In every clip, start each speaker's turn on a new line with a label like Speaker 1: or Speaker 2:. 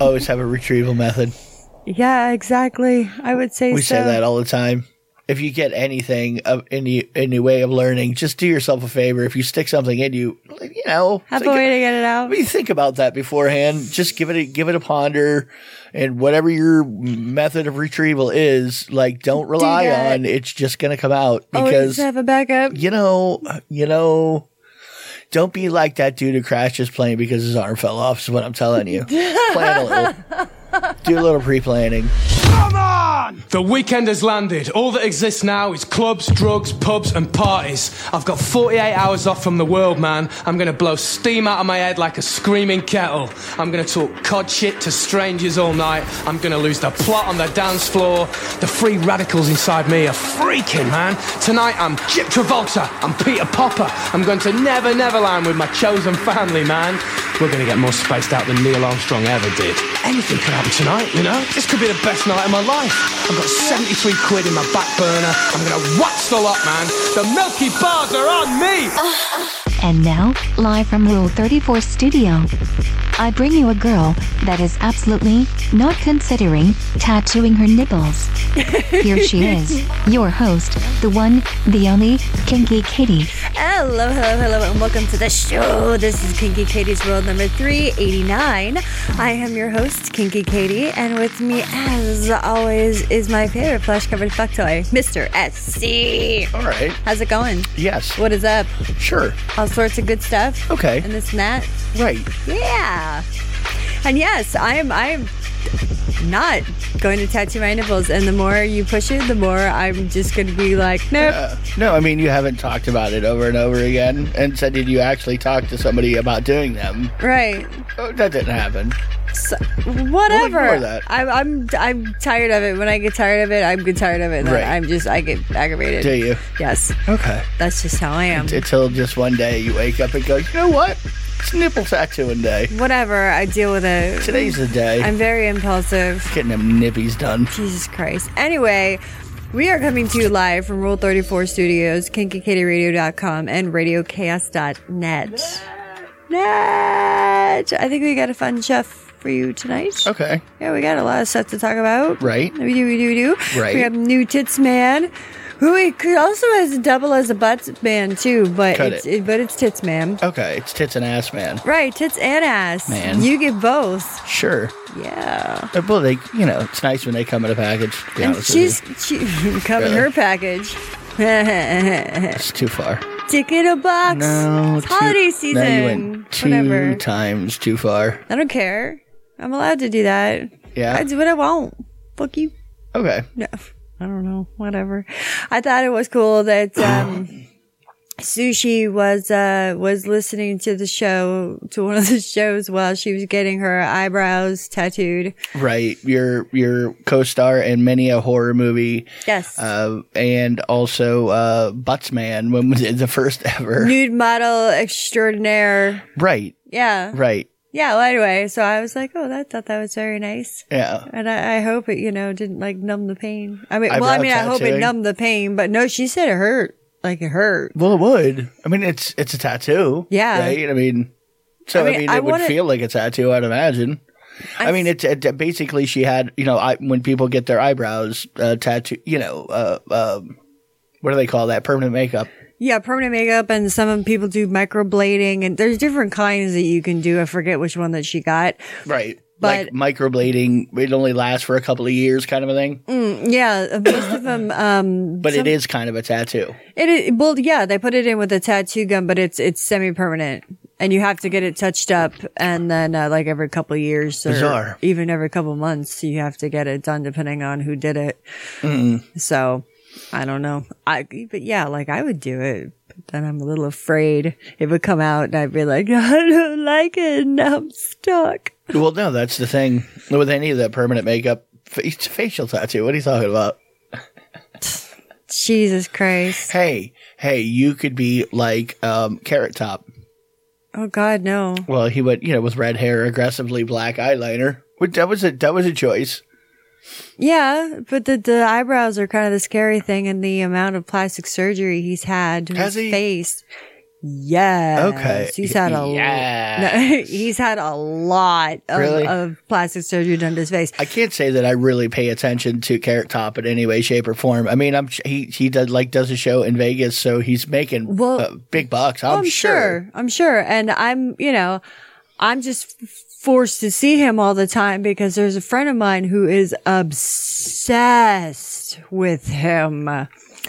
Speaker 1: Always have a retrieval method.
Speaker 2: Yeah, exactly. I would say
Speaker 1: We
Speaker 2: so.
Speaker 1: say that all the time. If you get anything of any any way of learning, just do yourself a favor. If you stick something in you, you know,
Speaker 2: Have
Speaker 1: think-
Speaker 2: a way to get it out. Oh,
Speaker 1: I mean, think about that beforehand. Just give it a give it a ponder, and whatever your method of retrieval is, like don't rely
Speaker 2: that. Oh,
Speaker 1: on it's just going to come out
Speaker 2: Always
Speaker 1: because
Speaker 2: have a backup.
Speaker 1: you know you know. Don't be like that dude who crashed his plane because his arm fell off. Is what I'm telling you. Plan a little. Do a little pre-planning.
Speaker 3: The weekend has landed. All that exists now is clubs, drugs, pubs, and parties. I've got 48 hours off from the world, man. I'm gonna blow steam out of my head like a screaming kettle. I'm gonna talk cod shit to strangers all night. I'm gonna lose the plot on the dance floor. The free radicals inside me are freaking, man. Tonight I'm Chip Travolta. I'm Peter Popper. I'm going to Never Neverland with my chosen family, man. We're gonna get more spaced out than Neil Armstrong ever did. Anything could happen tonight, you know? This could be the best night of my life. I've got 73 quid in my back burner. I'm gonna watch the lot, man. The Milky Bars are on me!
Speaker 4: And now, live from Rule 34 Studio, I bring you a girl that is absolutely not considering tattooing her nipples. Here she is, your host, the one, the only, Kinky Kitty.
Speaker 5: Hello, hello, hello, and welcome to the show. This is Kinky Katie's World number 389. I am your host, Kinky Katie, and with me, as always, is my favorite plush covered fuck toy, Mr. SC.
Speaker 1: All right.
Speaker 5: How's it going?
Speaker 1: Yes.
Speaker 5: What is up?
Speaker 1: Sure.
Speaker 5: All sorts of good stuff.
Speaker 1: Okay.
Speaker 5: And this and that.
Speaker 1: Right.
Speaker 5: Yeah. And yes, I am I am not going to tattoo my nipples and the more you push it, the more I'm just gonna be like, nope.
Speaker 1: Uh, no, I mean you haven't talked about it over and over again, and said did you actually talk to somebody about doing them?
Speaker 5: Right.
Speaker 1: Oh, that didn't happen.
Speaker 5: So, whatever.
Speaker 1: ignore that.
Speaker 5: I'm, I'm I'm tired of it. When I get tired of it, I'm get tired of it. Then
Speaker 1: Right.
Speaker 5: I'm just I get aggravated.
Speaker 1: Do you?
Speaker 5: Yes.
Speaker 1: Okay.
Speaker 5: That's just how I am.
Speaker 1: Until just one day you wake up and go, you know what? It's nipple tattooing day.
Speaker 5: Whatever. I deal with it.
Speaker 1: Today's the day.
Speaker 5: I'm very impulsive.
Speaker 1: Getting them nippies done.
Speaker 5: Jesus Christ. Anyway, we are coming to you live from Rule 34 Studios, KinkyKatieRadio.com, and RadioChaos.net. Net. I think we got a fun chef for you tonight.
Speaker 1: Okay.
Speaker 5: Yeah, we got a lot of stuff to talk about.
Speaker 1: Right.
Speaker 5: We do, we do, we do.
Speaker 1: Right.
Speaker 5: We have New Tits Man, who he could also has a double as a butt man too, but
Speaker 1: Cut
Speaker 5: it's
Speaker 1: it.
Speaker 5: but it's Tits Man.
Speaker 1: Okay. It's tits and ass, man.
Speaker 5: Right, tits and ass.
Speaker 1: Man.
Speaker 5: You get both.
Speaker 1: Sure.
Speaker 5: Yeah.
Speaker 1: Uh, Well, they, you know, it's nice when they come in a package. To be
Speaker 5: And
Speaker 1: honest with you.
Speaker 5: she's she, come in
Speaker 1: Really?
Speaker 5: her package.
Speaker 1: It's too far.
Speaker 5: Stick in a box.
Speaker 1: No.
Speaker 5: it's
Speaker 1: too-
Speaker 5: holiday
Speaker 1: No, you
Speaker 5: season.
Speaker 1: went two
Speaker 5: Whatever.
Speaker 1: times too far.
Speaker 5: I don't care. I'm allowed to do that.
Speaker 1: Yeah.
Speaker 5: I do what I want. Fuck you.
Speaker 1: Okay.
Speaker 5: No, I don't know. Whatever. I thought it was cool that um, Sushi was uh, was listening to the show to one of the shows while she was getting her eyebrows tattooed.
Speaker 1: Right. Your your co-star in many a horror movie,
Speaker 5: Yes,
Speaker 1: uh, and also uh, Butts Man when we did the first ever.
Speaker 5: nude model extraordinaire.
Speaker 1: Right.
Speaker 5: Yeah,
Speaker 1: Right.
Speaker 5: yeah. Well, anyway, so I was like, oh, that thought that was very nice.
Speaker 1: Yeah.
Speaker 5: And I, I hope it, you know, didn't like numb the pain. I mean, well, I
Speaker 1: Eyebrow
Speaker 5: mean, I hope it
Speaker 1: tattooing?
Speaker 5: numbed the pain, but no, she said it hurt. Like it hurt.
Speaker 1: Well, it would. I mean, it's it's a tattoo.
Speaker 5: Yeah.
Speaker 1: Right. I mean, so
Speaker 5: I
Speaker 1: I
Speaker 5: mean,
Speaker 1: mean, it
Speaker 5: I
Speaker 1: would
Speaker 5: wanna-
Speaker 1: feel like a tattoo. I'd imagine. I, mean, it's it, basically she had you know I, when people get their eyebrows uh, tattoo. You know, uh, um, what do they call that? Permanent makeup.
Speaker 5: Yeah, permanent makeup, and some of people do microblading, and there's different kinds that you can do. I forget which one that she got.
Speaker 1: Right.
Speaker 5: But-
Speaker 1: like microblading, it only lasts for a couple of years, kind of a thing.
Speaker 5: Yeah, most of them. Um,
Speaker 1: But it is kind of a tattoo.
Speaker 5: it is, well, yeah, they put it in with a tattoo gun, but it's it's semi permanent, and you have to get it touched up, and then uh, like every couple of years, or
Speaker 1: Bizarre.
Speaker 5: even every couple of months, you have to get it done, depending on who did it. So. I don't know. I but yeah, like I would do it, but then I'm a little afraid it would come out and I'd be like, I don't like it, and now I'm stuck.
Speaker 1: Well, no, that's the thing with any of that permanent makeup. It's a facial tattoo. What are you talking about?
Speaker 5: Jesus Christ.
Speaker 1: Hey, hey, you could be like um, Carrot Top.
Speaker 5: Oh God, no.
Speaker 1: Well, he went, you know, with red hair, aggressively black eyeliner. But that was a that was a choice.
Speaker 5: Yeah, but the, the eyebrows are kind of the scary thing and the amount of plastic surgery he's had to
Speaker 1: Has
Speaker 5: his
Speaker 1: he?
Speaker 5: face. Yes.
Speaker 1: Okay.
Speaker 5: He's had a no,
Speaker 1: Yes.
Speaker 5: he's had a lot of,
Speaker 1: Really?
Speaker 5: of plastic surgery done to his face.
Speaker 1: I can't say that I really pay attention to Carrot Top in any way, shape, or form. I mean, I'm he he does like does a show in Vegas, so he's making
Speaker 5: Well-
Speaker 1: uh, big bucks. I'm,
Speaker 5: Oh, I'm sure. And I'm, you know, I'm just f- forced to see him all the time because there's a friend of mine who is obsessed with him.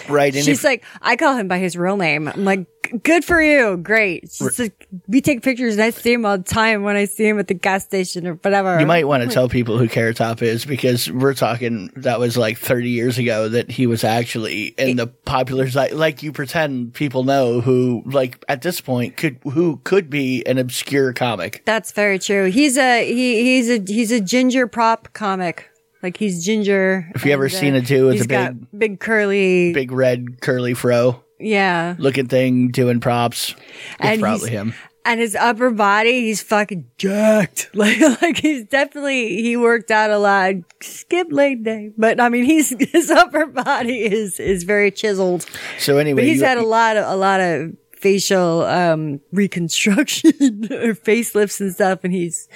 Speaker 1: right? And
Speaker 5: She's
Speaker 1: if-
Speaker 5: like, I call him by his real name. I'm like, "G- good for you. Great. She's like, we take pictures and I see him all the time when I see him at the gas station or whatever.
Speaker 1: You might want to tell people who Carrot Top is because we're talking that was like 30 years ago that he was actually in the popular zeit. Like you pretend people know who, like at this point, could who could be an obscure comic.
Speaker 5: That's very true. He's a, he, he's a, he's a ginger prop comic. Like he's ginger.
Speaker 1: If you ever
Speaker 5: and, uh,
Speaker 1: seen it too, it's
Speaker 5: he's
Speaker 1: a
Speaker 5: got
Speaker 1: big,
Speaker 5: big curly,
Speaker 1: big red curly fro
Speaker 5: yeah.
Speaker 1: looking thing doing props. It's
Speaker 5: And
Speaker 1: probably
Speaker 5: he's-
Speaker 1: him.
Speaker 5: and his upper body, he's fucking jacked. Like, like he's definitely he worked out a lot. Skip leg day, but I mean, he's his upper body is is very chiseled.
Speaker 1: So anyway,
Speaker 5: But he's
Speaker 1: you-
Speaker 5: had a lot of a lot of facial um reconstruction or facelifts and stuff, and he's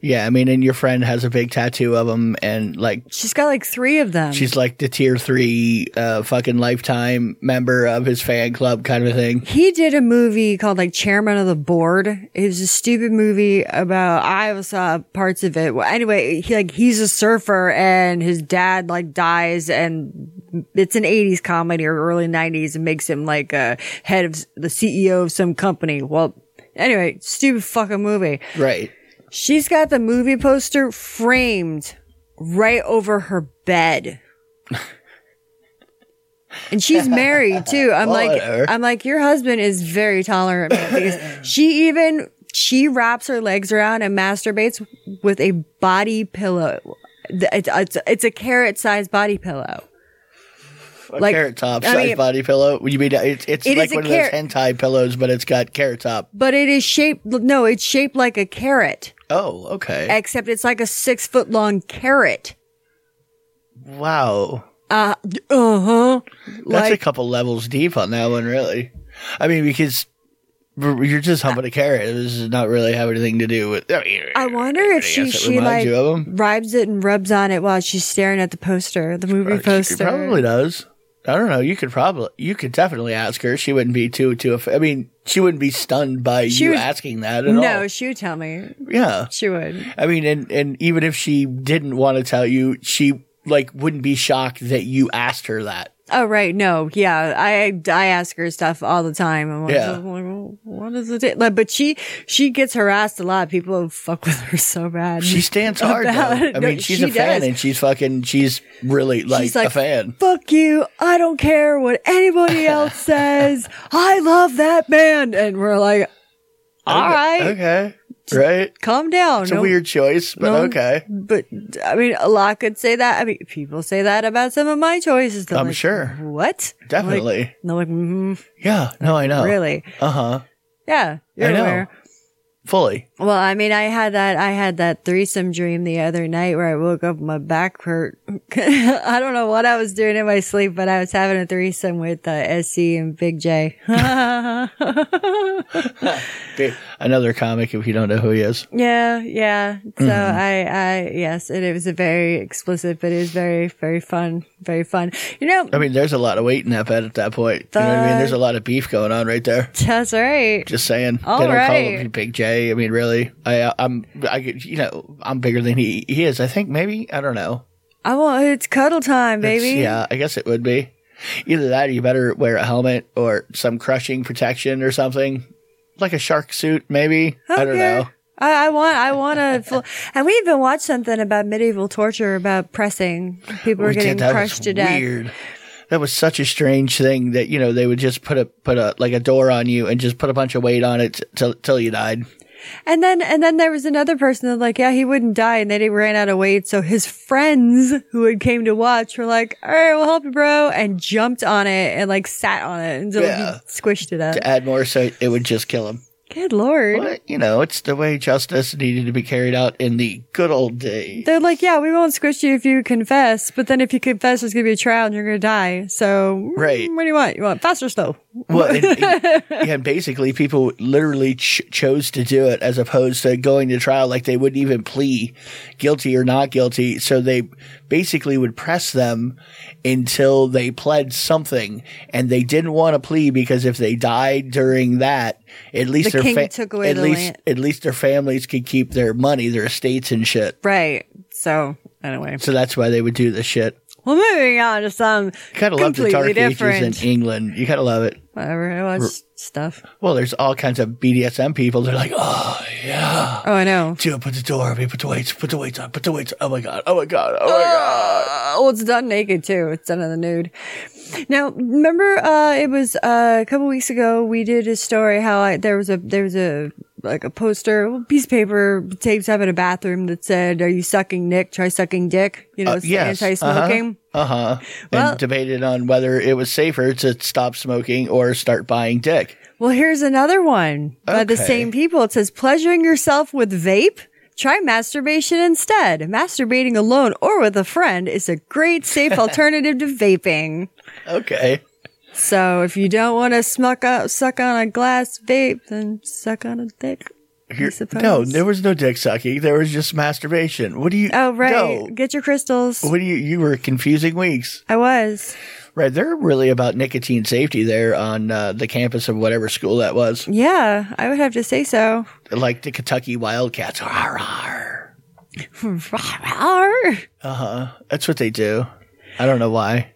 Speaker 1: yeah, I mean, and your friend has a big tattoo of him, and like
Speaker 5: she's got like three of them.
Speaker 1: she's like the tier three, uh, fucking lifetime member of his fan club kind of thing.
Speaker 5: he did a movie called like Chairman of the Board. It was a stupid movie about I saw parts of it. Well, anyway, he like he's a surfer and his dad like dies and it's an 80s comedy or early 90s and makes him like a head of the CEO of some company. Well, anyway, stupid fucking movie.
Speaker 1: Right.
Speaker 5: She's got the movie poster framed right over her bed. And she's married too. I'm like,
Speaker 1: Whatever.
Speaker 5: I'm like, your husband is very tolerant man, because she even she wraps her legs around and masturbates with a body pillow. Th- It's it's, it's a carrot sized body pillow.
Speaker 1: A
Speaker 5: Like,
Speaker 1: carrot top
Speaker 5: I
Speaker 1: size
Speaker 5: mean-
Speaker 1: body pillow. You mean it's it's
Speaker 5: It
Speaker 1: like
Speaker 5: is a
Speaker 1: one
Speaker 5: carrot-
Speaker 1: of those hentai pillows, but it's got carrot top.
Speaker 5: But it is shaped no, it's shaped like a carrot,
Speaker 1: Oh, okay.
Speaker 5: except it's like a six foot long carrot.
Speaker 1: wow,
Speaker 5: Uh uh-huh. huh.
Speaker 1: that's a
Speaker 5: Like
Speaker 1: couple levels deep on that one, really. I mean, because you're just humping a carrot. This does not really have anything to do with. I, mean,
Speaker 5: I wonder if
Speaker 1: I
Speaker 5: she
Speaker 1: guess it
Speaker 5: she
Speaker 1: reminds
Speaker 5: like
Speaker 1: you of 'em.
Speaker 5: ribs it and rubs on it while she's staring at the poster, the movie
Speaker 1: Uh, She
Speaker 5: poster.
Speaker 1: probably does. I don't know. You could probably, you could definitely ask her. She wouldn't be too, too. aff- I mean, she wouldn't be stunned by
Speaker 5: She
Speaker 1: you
Speaker 5: would-
Speaker 1: asking that at
Speaker 5: No,
Speaker 1: all.
Speaker 5: she would tell me.
Speaker 1: Yeah,
Speaker 5: She would.
Speaker 1: I mean, and and even if she didn't want to tell you, she like wouldn't be shocked that you asked her that.
Speaker 5: Oh right, no, yeah. I I ask her stuff all the time. I'm like,
Speaker 1: Yeah.
Speaker 5: I'm like, "Well, what is it? Like, but she she gets harassed a lot. People fuck with her so bad.
Speaker 1: She stands hard. Though.
Speaker 5: About
Speaker 1: I
Speaker 5: it. No,
Speaker 1: mean, she's
Speaker 5: she
Speaker 1: a fan,
Speaker 5: does.
Speaker 1: and she's fucking. She's really like,
Speaker 5: She's like,
Speaker 1: a fan.
Speaker 5: Fuck you. I don't care what anybody else says. I love that man. And we're like, all right,
Speaker 1: Okay, right.
Speaker 5: calm down.
Speaker 1: It's a weird choice, but
Speaker 5: No.
Speaker 1: okay.
Speaker 5: But I mean, a lot could say that. I mean, people say that about some of my choices. They're
Speaker 1: I'm
Speaker 5: like,
Speaker 1: sure.
Speaker 5: What?
Speaker 1: Definitely.
Speaker 5: Like, and they're like, mm-hmm,
Speaker 1: yeah. No, I know.
Speaker 5: really?
Speaker 1: Uh huh.
Speaker 5: Yeah, you're
Speaker 1: I know.
Speaker 5: aware.
Speaker 1: Fully.
Speaker 5: Well, I mean, I had that. I had that threesome dream the other night where I woke up, my back hurt. I don't know what I was doing in my sleep, but I was having a threesome with uh, SC and Big J.
Speaker 1: Be- Another comic, if you don't know who he is.
Speaker 5: Yeah, yeah. So
Speaker 1: Mm-hmm.
Speaker 5: I, I, yes, and it was a very explicit, but it was very, very fun, very fun. You know,
Speaker 1: I mean, there's a lot of weight in that bed at that point. You know what I mean? There's a lot of beef going on right there.
Speaker 5: that's right.
Speaker 1: Just saying.
Speaker 5: All
Speaker 1: they don't call
Speaker 5: right.
Speaker 1: him Big J. I mean, really, I, I'm, I, could- you know, I'm bigger than he, he is. I think maybe I don't know.
Speaker 5: I want it's cuddle time,
Speaker 1: It's-
Speaker 5: baby.
Speaker 1: yeah, I guess it would be. Either that, or you better wear a helmet or some crushing protection or something, like a shark suit, maybe. I don't
Speaker 5: Okay.
Speaker 1: know.
Speaker 5: I, I want, I want to, full, and we even watched something about medieval torture about pressing. People were
Speaker 1: We did-
Speaker 5: getting
Speaker 1: that
Speaker 5: crushed
Speaker 1: was
Speaker 5: to death.
Speaker 1: Weird. That was such a strange thing that you know they would just put a put a like a door on you and just put a bunch of weight on it t- till till you died.
Speaker 5: And then, and then there was another person that was like, yeah, he wouldn't die. And then he ran out of weight. So his friends who had came to watch were like, all right, we'll help you, bro. And jumped on it and like sat on it until
Speaker 1: Yeah.
Speaker 5: he squished it up.
Speaker 1: To add more, so it would just kill him.
Speaker 5: Good Lord.
Speaker 1: But you know, it's the way justice needed to be carried out in the good old days.
Speaker 5: They're like, yeah, we won't squish you if you confess, but then if you confess, there's gonna be a trial and you're gonna die. So,
Speaker 1: Right.
Speaker 5: what do you want? You want fast or slow?
Speaker 1: Well, and, and- yeah, and basically, people literally ch- chose to do it as opposed to going to trial. Like they wouldn't even plea guilty or not guilty. So they basically would press them until they pled something, and they didn't want to plea because if they died during that, at least
Speaker 5: The
Speaker 1: their
Speaker 5: king took away
Speaker 1: at
Speaker 5: the
Speaker 1: least
Speaker 5: land.
Speaker 1: at least their families could keep their money, their estates and shit.
Speaker 5: Right. So anyway,
Speaker 1: So that's why they would do this shit.
Speaker 5: well, moving on to some
Speaker 1: Kind of love the Dark
Speaker 5: completely different.
Speaker 1: Ages in England. You kind of love it.
Speaker 5: Whatever. I watch stuff.
Speaker 1: Well, there's all kinds of BDSM people. They're like, oh yeah,
Speaker 5: Oh, I know.
Speaker 1: dude, put the door on me, put the weights, put the weights on, put the weights. On. Oh my god, oh my god, oh my god.
Speaker 5: Uh, well, it's done naked too. It's done in the nude. Now, remember, uh, it was uh, a couple weeks ago. We did a story how I, there was a there was a like a poster, a piece of paper taped up in a bathroom that said, "Are you sucking dick? Try sucking dick." You know,
Speaker 1: Uh, yes.
Speaker 5: anti-smoking.
Speaker 1: Uh huh.
Speaker 5: Well-
Speaker 1: and debated on whether it was safer to stop smoking or start buying dick.
Speaker 5: Well, here's another one by the
Speaker 1: Okay.
Speaker 5: same people. It says, "Pleasuring yourself with vape." Try masturbation instead. Masturbating alone or with a friend is a great safe alternative to vaping.
Speaker 1: Okay.
Speaker 5: So if you don't want to smuck up, suck on a glass vape, then suck on a dick.
Speaker 1: Here-
Speaker 5: suppose.
Speaker 1: no, there was no dick sucking. There was just masturbation. What do you?
Speaker 5: Oh right,
Speaker 1: No.
Speaker 5: get your crystals.
Speaker 1: What do you? You were confusing weeks.
Speaker 5: I was.
Speaker 1: Right. They're really about nicotine safety there on uh, the campus of whatever school that was,
Speaker 5: Yeah, I would have to say so.
Speaker 1: like the Kentucky Wildcats. Rawr, rawr.
Speaker 5: now,
Speaker 1: That's what they do. I don't know why.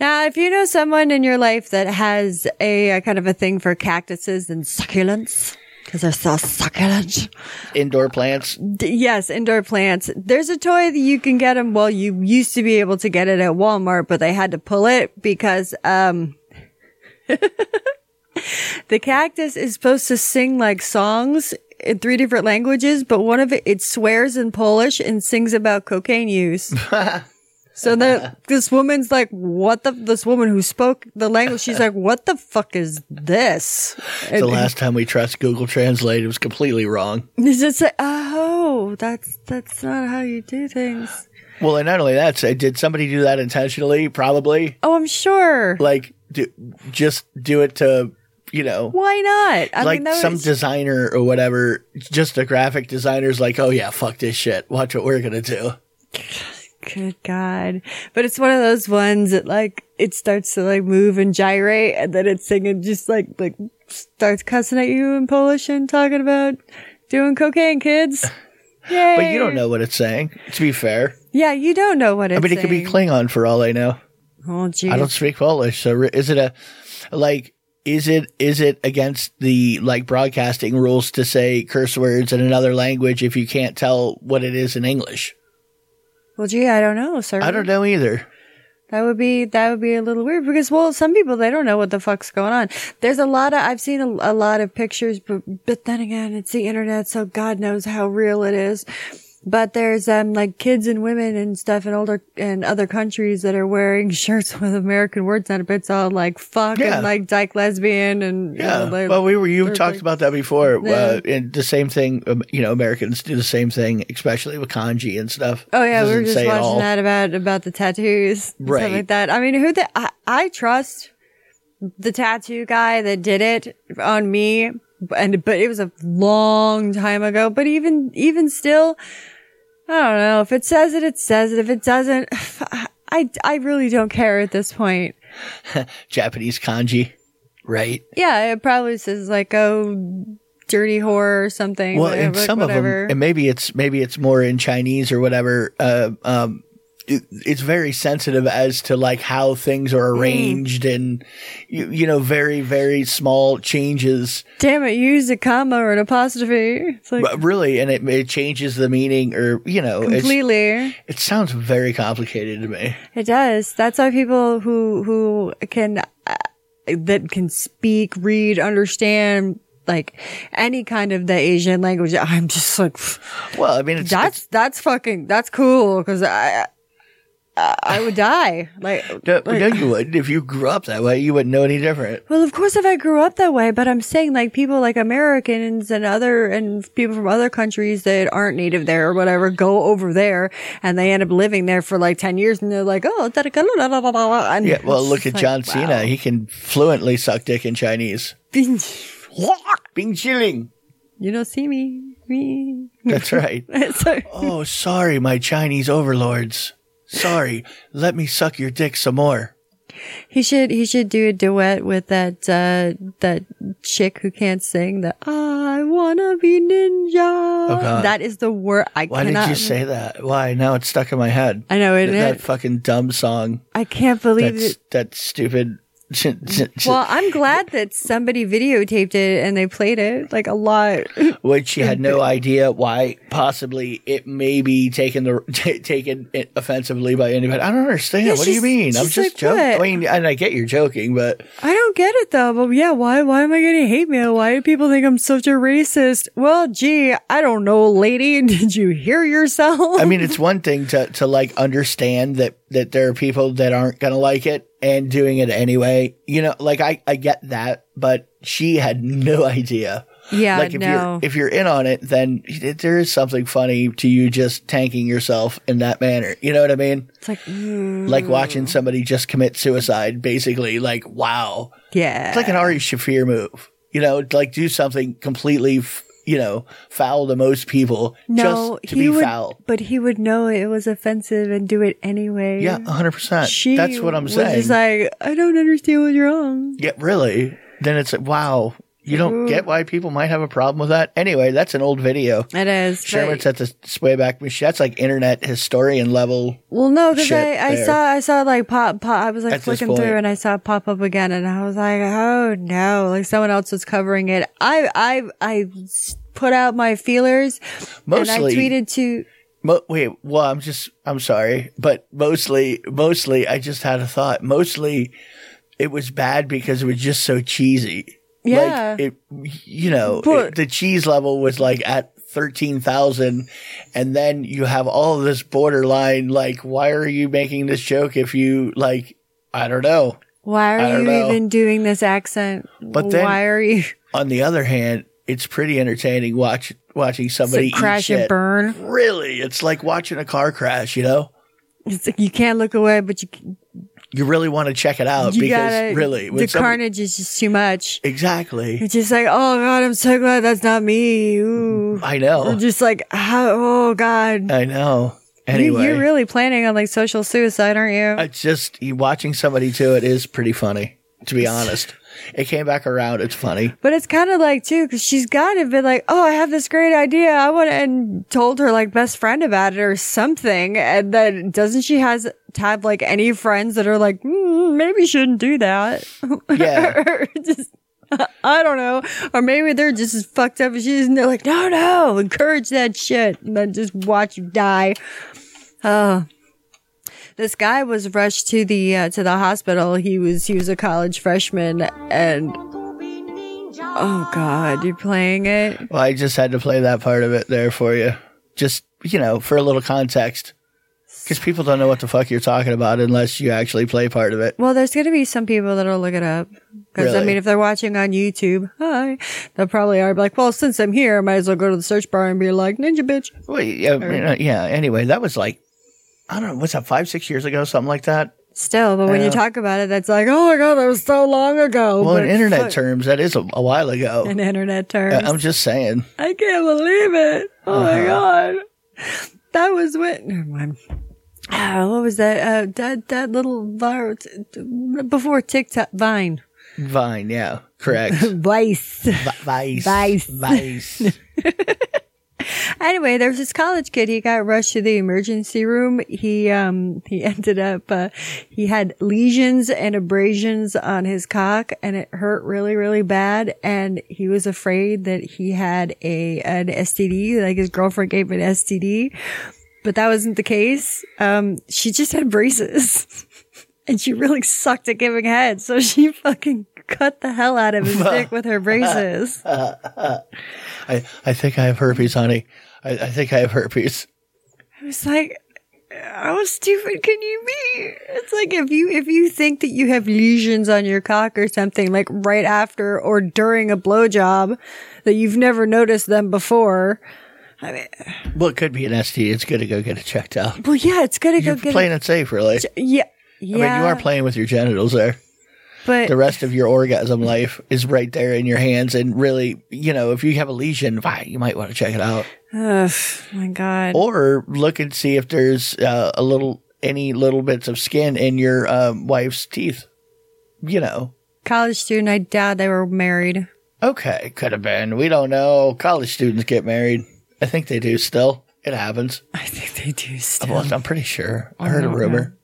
Speaker 5: if you know someone in your life that has a, a kind of a thing for cactuses and succulents, because they're so succulent.
Speaker 1: Indoor plants.
Speaker 5: D- yes, indoor plants. There's a toy that you can get them. Well, you used to be able to get it at Walmart, but they had to pull it because, um, the cactus is supposed to sing like songs in three different languages, but one of it, it swears in Polish and sings about cocaine use. So the, this woman's like, what the, this woman who spoke the language, she's like, what the fuck is this?
Speaker 1: The last time we trust Google Translate, it was completely wrong.
Speaker 5: It's just like, oh, that's that's not how you do things.
Speaker 1: Well, and not only that, so did somebody do that intentionally? Probably.
Speaker 5: Oh, I'm sure.
Speaker 1: Like, do, just do it to, you know,
Speaker 5: Why not? I
Speaker 1: like
Speaker 5: that
Speaker 1: some
Speaker 5: was-
Speaker 1: designer or whatever. Just a graphic designer's like, oh yeah, fuck this shit. Watch what we're gonna do.
Speaker 5: good God. But it's one of those ones that like it starts to like move and gyrate, and then it's singing just like like starts cussing at you in Polish and talking about doing cocaine, kids. Yay!
Speaker 1: But you don't know what it's saying. To be fair,
Speaker 5: Yeah, you don't know what it's.
Speaker 1: I mean, it could be
Speaker 5: saying.
Speaker 1: Klingon for all I know.
Speaker 5: Oh, geez.
Speaker 1: I don't speak Polish, so re- is it a like? Is it is it against the like broadcasting rules to say curse words in another language if you can't tell what it is in English?
Speaker 5: Well, gee, I don't know, sir.
Speaker 1: I don't know either.
Speaker 5: That would be that would be a little weird because well, some people they don't know what the fuck's going on. There's a lot of I've seen a, a lot of pictures, but but then again, it's the internet, so God knows how real it is. But there's um like kids and women and stuff in older and other countries that are wearing shirts with American words on it. but It's all like fuck
Speaker 1: Yeah.
Speaker 5: and like dyke lesbian and you
Speaker 1: Yeah.
Speaker 5: know, like-
Speaker 1: well, we were you
Speaker 5: they're
Speaker 1: talked
Speaker 5: like-
Speaker 1: about that before. Uh,
Speaker 5: Yeah.
Speaker 1: and the same thing, um, you know, Americans do the same thing, especially with kanji and stuff.
Speaker 5: Oh
Speaker 1: It
Speaker 5: yeah, we were
Speaker 1: doesn't
Speaker 5: just
Speaker 1: say it all.
Speaker 5: watching that about about the tattoos, and
Speaker 1: Right.
Speaker 5: Stuff like that. I mean, who the I, I trust the tattoo guy that did it on me, and but it was a long time ago. But even even still, I don't know if it says it, it says it. If it doesn't, I I really don't care at this point.
Speaker 1: Japanese kanji, right?
Speaker 5: Yeah, it probably says like oh, dirty whore or something.
Speaker 1: well,
Speaker 5: whatever,
Speaker 1: and some of
Speaker 5: whatever.
Speaker 1: them, and maybe it's maybe it's more in Chinese or whatever. Uh, um, it, it's very sensitive as to like how things
Speaker 5: Hmm.
Speaker 1: are arranged, and you, you know, very very small changes,
Speaker 5: Damn it, you used a comma or an apostrophe. It's like
Speaker 1: but really, and it, it changes the meaning, or you know, it's,
Speaker 5: completely.
Speaker 1: it sounds very complicated to me.
Speaker 5: It does. That's why people who who can uh, that can speak, read, understand like any kind of the Asian language. I'm just like pff,
Speaker 1: Well, I mean, it's,
Speaker 5: that's that's fucking that's cool because I I, I would die. Like,
Speaker 1: No, no, you wouldn't. If you grew up that way, you wouldn't know any different.
Speaker 5: well, of course, if I grew up that way, but I'm saying like people like Americans and other and people from other countries that aren't native there or whatever go over there and they end up living there for like ten years and they're like, oh, da da da da da da da. and
Speaker 1: Yeah. Well,
Speaker 5: it's
Speaker 1: look at
Speaker 5: just like,
Speaker 1: John Cena. He can fluently suck dick in Chinese.
Speaker 5: wow.
Speaker 1: Bing chilling.
Speaker 5: You don't see me. Me.
Speaker 1: That's right.
Speaker 5: so,
Speaker 1: Oh, sorry, my Chinese overlords. Sorry. Let me suck your dick some more.
Speaker 5: He should he should do a duet with that uh that chick who can't sing the I wanna be ninja.
Speaker 1: God.
Speaker 5: That is the word I
Speaker 1: Why
Speaker 5: cannot
Speaker 1: did you say that? Why? Now it's stuck in my head.
Speaker 5: I know it
Speaker 1: Th- that
Speaker 5: is.
Speaker 1: fucking dumb song.
Speaker 5: I can't believe
Speaker 1: That's
Speaker 5: it.
Speaker 1: that stupid.
Speaker 5: Well, I'm glad that somebody videotaped it and they played it like a lot.
Speaker 1: which she had no idea why possibly it may be taken the t- taken it offensively by anybody. I don't understand.
Speaker 5: Yeah,
Speaker 1: what do you
Speaker 5: she's-
Speaker 1: mean? I'm
Speaker 5: she's
Speaker 1: just
Speaker 5: like,
Speaker 1: joking. I
Speaker 5: what?
Speaker 1: mean, and I get you're joking, but
Speaker 5: I don't get it though. But yeah, why why am I gonna hate me? Why do people think I'm such a racist? Well, gee, I don't know, lady. Did you hear yourself?
Speaker 1: I mean, it's one thing to to like understand that that there are people that aren't gonna like it and doing it anyway. You know, like I I get that, but she had no idea.
Speaker 5: yeah,
Speaker 1: like if
Speaker 5: no.
Speaker 1: you're if you're in on it, then there is something funny to you just tanking yourself in that manner. You know what I mean?
Speaker 5: it's like mm,
Speaker 1: like watching somebody just commit suicide basically like wow
Speaker 5: yeah.
Speaker 1: it's like an ari shafir move you know to, like do something completely f- you know foul to most people
Speaker 5: No,
Speaker 1: just to be
Speaker 5: would,
Speaker 1: foul
Speaker 5: but he would know it was offensive and do it anyway.
Speaker 1: yeah 100%
Speaker 5: she
Speaker 1: that's what i'm
Speaker 5: was
Speaker 1: saying
Speaker 5: Just like I don't understand what you're on.
Speaker 1: yeah really then it's like wow you don't
Speaker 5: Mm-hmm.
Speaker 1: get why people might have a problem with that anyway that's an old video
Speaker 5: It is.
Speaker 1: Sherman's at the s- way back machine. That's like internet historian level.
Speaker 5: well, no, because
Speaker 1: shit
Speaker 5: I, I
Speaker 1: there.
Speaker 5: saw I saw like pop pop. I was like
Speaker 1: At this
Speaker 5: flicking
Speaker 1: point.
Speaker 5: through and I saw it pop up again, and I was like, oh no, like someone else was covering it. I I I s- put out my feelers and I
Speaker 1: Mostly-
Speaker 5: tweeted to
Speaker 1: Mo- wait, well, I'm just, I'm sorry, but mostly, mostly, I just had a thought. Mostly, it was bad because it was just so cheesy.
Speaker 5: Yeah.
Speaker 1: Like, it, you know, it-
Speaker 5: But-
Speaker 1: the cheese level was like at 13,000. And then you have all this borderline, like, why are you making this joke if you, like, I don't know. I
Speaker 5: why are
Speaker 1: don't
Speaker 5: you
Speaker 1: know.
Speaker 5: even doing this accent?
Speaker 1: But then-
Speaker 5: why are you
Speaker 1: On the other hand, it's pretty entertaining watch, watching somebody eat
Speaker 5: like crash and
Speaker 1: shit.
Speaker 5: burn?
Speaker 1: Really, it's like watching a car crash, you know?
Speaker 5: It's like you can't look away, but you
Speaker 1: you really want to check it out
Speaker 5: you
Speaker 1: because
Speaker 5: gotta,
Speaker 1: really when
Speaker 5: the
Speaker 1: somebody-
Speaker 5: carnage is just too much.
Speaker 1: exactly
Speaker 5: It's just like, oh god, I'm so glad that's not me. Ooh,
Speaker 1: i know
Speaker 5: I'm just like, how, oh god,
Speaker 1: i know
Speaker 5: you,
Speaker 1: anyway
Speaker 5: you're really planning on like social suicide, aren't you?
Speaker 1: it's just you watching somebody do it is pretty funny to be honest it came back around it's funny
Speaker 5: but it's kind of like too, because she's got to be like, oh, I have this great idea, I want, and told her like best friend about it or something, and then doesn't she has have like any friends that are like, mm, maybe you shouldn't do that.
Speaker 1: yeah
Speaker 5: or just I don't know, or maybe they're just as fucked up as she is, and they're like, no, no, encourage that shit, and then just watch you die. Oh, this guy was rushed to the uh, to the hospital. He was he was a college freshman, and oh god, you're playing it.
Speaker 1: well i just had to play that part of it there for you just you know for a little context because people don't know what the fuck you're talking about unless you actually play part of it
Speaker 5: Well, there's going to be some people that'll look it up. Because, I
Speaker 1: Really?
Speaker 5: mean, if they're watching on YouTube, hi, they'll probably are like, well, since I'm here, I might as well go to the search bar and be like, Ninja Bitch.
Speaker 1: well, yeah, yeah anyway that was like i don't know what's that five six years ago something like that
Speaker 5: Still, but when you talk about it, that's like, oh my god, that was so long ago.
Speaker 1: well in
Speaker 5: But
Speaker 1: internet
Speaker 5: fuck-
Speaker 1: terms that is a, a while ago
Speaker 5: in internet terms,
Speaker 1: I- I'm just saying.
Speaker 5: I can't believe it. Oh my
Speaker 1: Uh-huh.
Speaker 5: god, that was when. Never mind. Ah, what was that? Uh, that that little viral t- before TikTok Vine,
Speaker 1: Vine, yeah, correct.
Speaker 5: Vice.
Speaker 1: V- Vice.
Speaker 5: Vice.
Speaker 1: Vice.
Speaker 5: anyway, there was this college kid. He got rushed to the emergency room. He um he ended up uh, he had lesions and abrasions on his cock, and it hurt really really bad. And he was afraid that he had a an STD. Like his girlfriend gave him an STD, but that wasn't the case. Um, she just had braces. And she really sucked at giving head, so she fucking cut the hell out of his dick with her braces.
Speaker 1: I, I think I have herpes, honey. I, I think I have herpes.
Speaker 5: It's like, how stupid can you be? It's like if you if you think that you have lesions on your cock or something, like right after or during a blowjob, that you've never noticed them before. I mean,
Speaker 1: Well, it could be an STD. It's good to go get it checked out.
Speaker 5: well, yeah, it's gonna
Speaker 1: You're
Speaker 5: go get
Speaker 1: playing
Speaker 5: it.
Speaker 1: it safe, really.
Speaker 5: Yeah, yeah.
Speaker 1: I mean, you are playing with your genitals there.
Speaker 5: but
Speaker 1: The rest of your orgasm life is right there in your hands. And really, you know, if you have a lesion, fine, you might want to check it out.
Speaker 5: Ugh, oh my
Speaker 1: Oh.
Speaker 5: God.
Speaker 1: Or look and see if there's uh, a little, any little bits of skin in your um, wife's teeth. You know,
Speaker 5: College student, I doubt they were married.
Speaker 1: okay, could have been. We don't know. College students get married. I think they do still. It happens.
Speaker 5: I think they do still.
Speaker 1: Well, I'm pretty sure. I heard a rumor.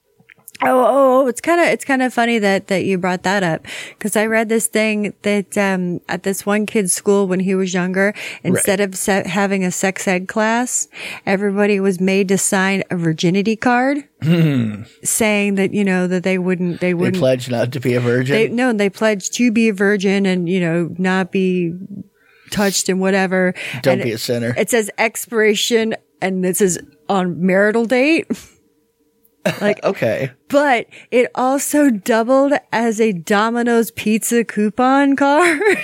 Speaker 5: Oh, oh, oh, it's kind of it's kind of funny that that you brought that up because I read this thing that um at this one kid's school when he was younger, instead of se- having a sex ed class, everybody was made to sign a virginity card saying that you know that they wouldn't they
Speaker 1: They
Speaker 5: wouldn't
Speaker 1: pledge not to be a virgin.
Speaker 5: they no they pledged to be a virgin and you know not be touched and whatever.
Speaker 1: don't
Speaker 5: And
Speaker 1: be a sinner.
Speaker 5: It says expiration and this is on marital date.
Speaker 1: okay.
Speaker 5: but it also doubled as a Domino's pizza coupon card.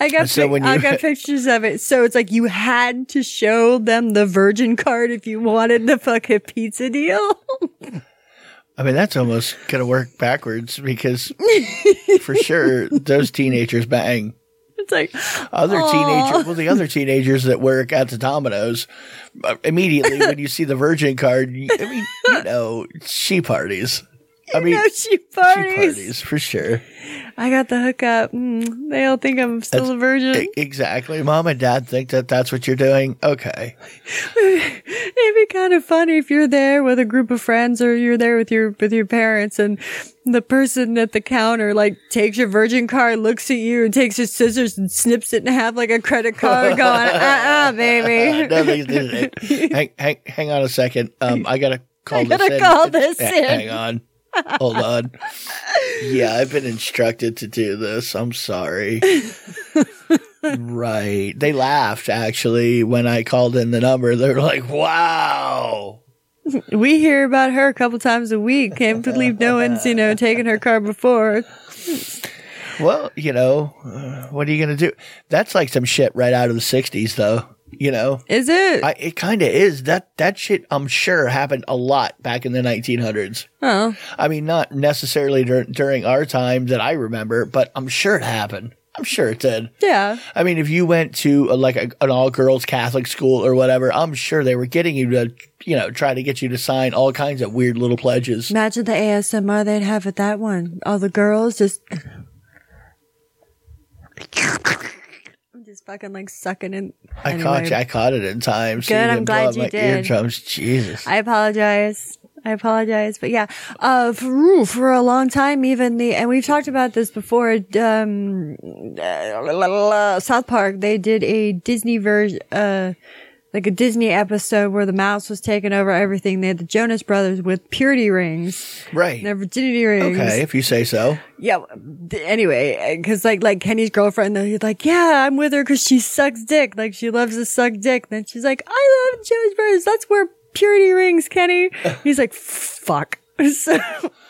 Speaker 5: I got
Speaker 1: So
Speaker 5: pic-
Speaker 1: when
Speaker 5: I
Speaker 1: you-
Speaker 5: got pictures of it. So it's like you had to show them the virgin card if you wanted the fucking pizza deal.
Speaker 1: I mean, that's almost going to work backwards because for sure those teenagers bang.
Speaker 5: It's like
Speaker 1: Other teenagers, well, the other teenagers that work at the Domino's, uh, immediately when you see the virgin card, you, I mean, you know, she parties. I mean,
Speaker 5: no she
Speaker 1: she
Speaker 5: parties.
Speaker 1: parties for sure.
Speaker 5: I got the hookup. Mm, they all think I'm still a virgin.
Speaker 1: E- Exactly. Mom and dad think that that's what you're doing. Okay.
Speaker 5: It'd be kind of funny if you're there with a group of friends or you're there with your with your parents and the person at the counter like takes your virgin card, looks at you and takes your scissors and snips it in half like a credit card going, uh-uh, baby.
Speaker 1: No, they did it. Hang, hang, hang on a second. Um, I gotta call
Speaker 5: gotta
Speaker 1: this in.
Speaker 5: call this
Speaker 1: Ha-
Speaker 5: in.
Speaker 1: Hang on. Hold on. Yeah, I've been instructed to do this. I'm sorry. right. They laughed actually when I called in the number. They were like, "Wow."
Speaker 5: We hear about her a couple times a week. Can't believe no one's, you know, taken her card before.
Speaker 1: Well, you know, uh, what are you gonna do? That's like some shit right out of the '60s, though. You know,
Speaker 5: Is it?
Speaker 1: I, it kind of is. That that shit, I'm sure, happened a lot back in the 1900s.
Speaker 5: oh.
Speaker 1: I mean, not necessarily dur- during our time that I remember, but I'm sure it happened. I'm sure it did.
Speaker 5: Yeah.
Speaker 1: I mean, if you went to a, like a, an all girls Catholic school or whatever, I'm sure they were getting you to, you know, try to get you to sign all kinds of weird little pledges.
Speaker 5: Imagine the ASMR they'd have at that one. All the girls just. I'm just fucking like sucking in.
Speaker 1: I caught you. I caught it in time. so
Speaker 5: Good,
Speaker 1: didn't
Speaker 5: I'm glad
Speaker 1: blow out
Speaker 5: you
Speaker 1: my
Speaker 5: did.
Speaker 1: Eardrums. Jesus.
Speaker 5: I apologize. I apologize, but yeah, uh, for, ooh, for a long time, even the and we've talked about this before. Um, uh, la, la, la, la, South Park they did a Disney version, uh, like a Disney episode where the mouse was taking over everything. They had the Jonas Brothers with purity rings,
Speaker 1: right.
Speaker 5: their virginity rings.
Speaker 1: Okay, if you say so.
Speaker 5: Yeah. th- Anyway, because like like Kenny's girlfriend, though, he's like, yeah, I'm with her because she sucks dick. Like she loves to suck dick. Then she's like, I love Jonas Brothers. That's where purity rings, Kenny. He's like, fuck. So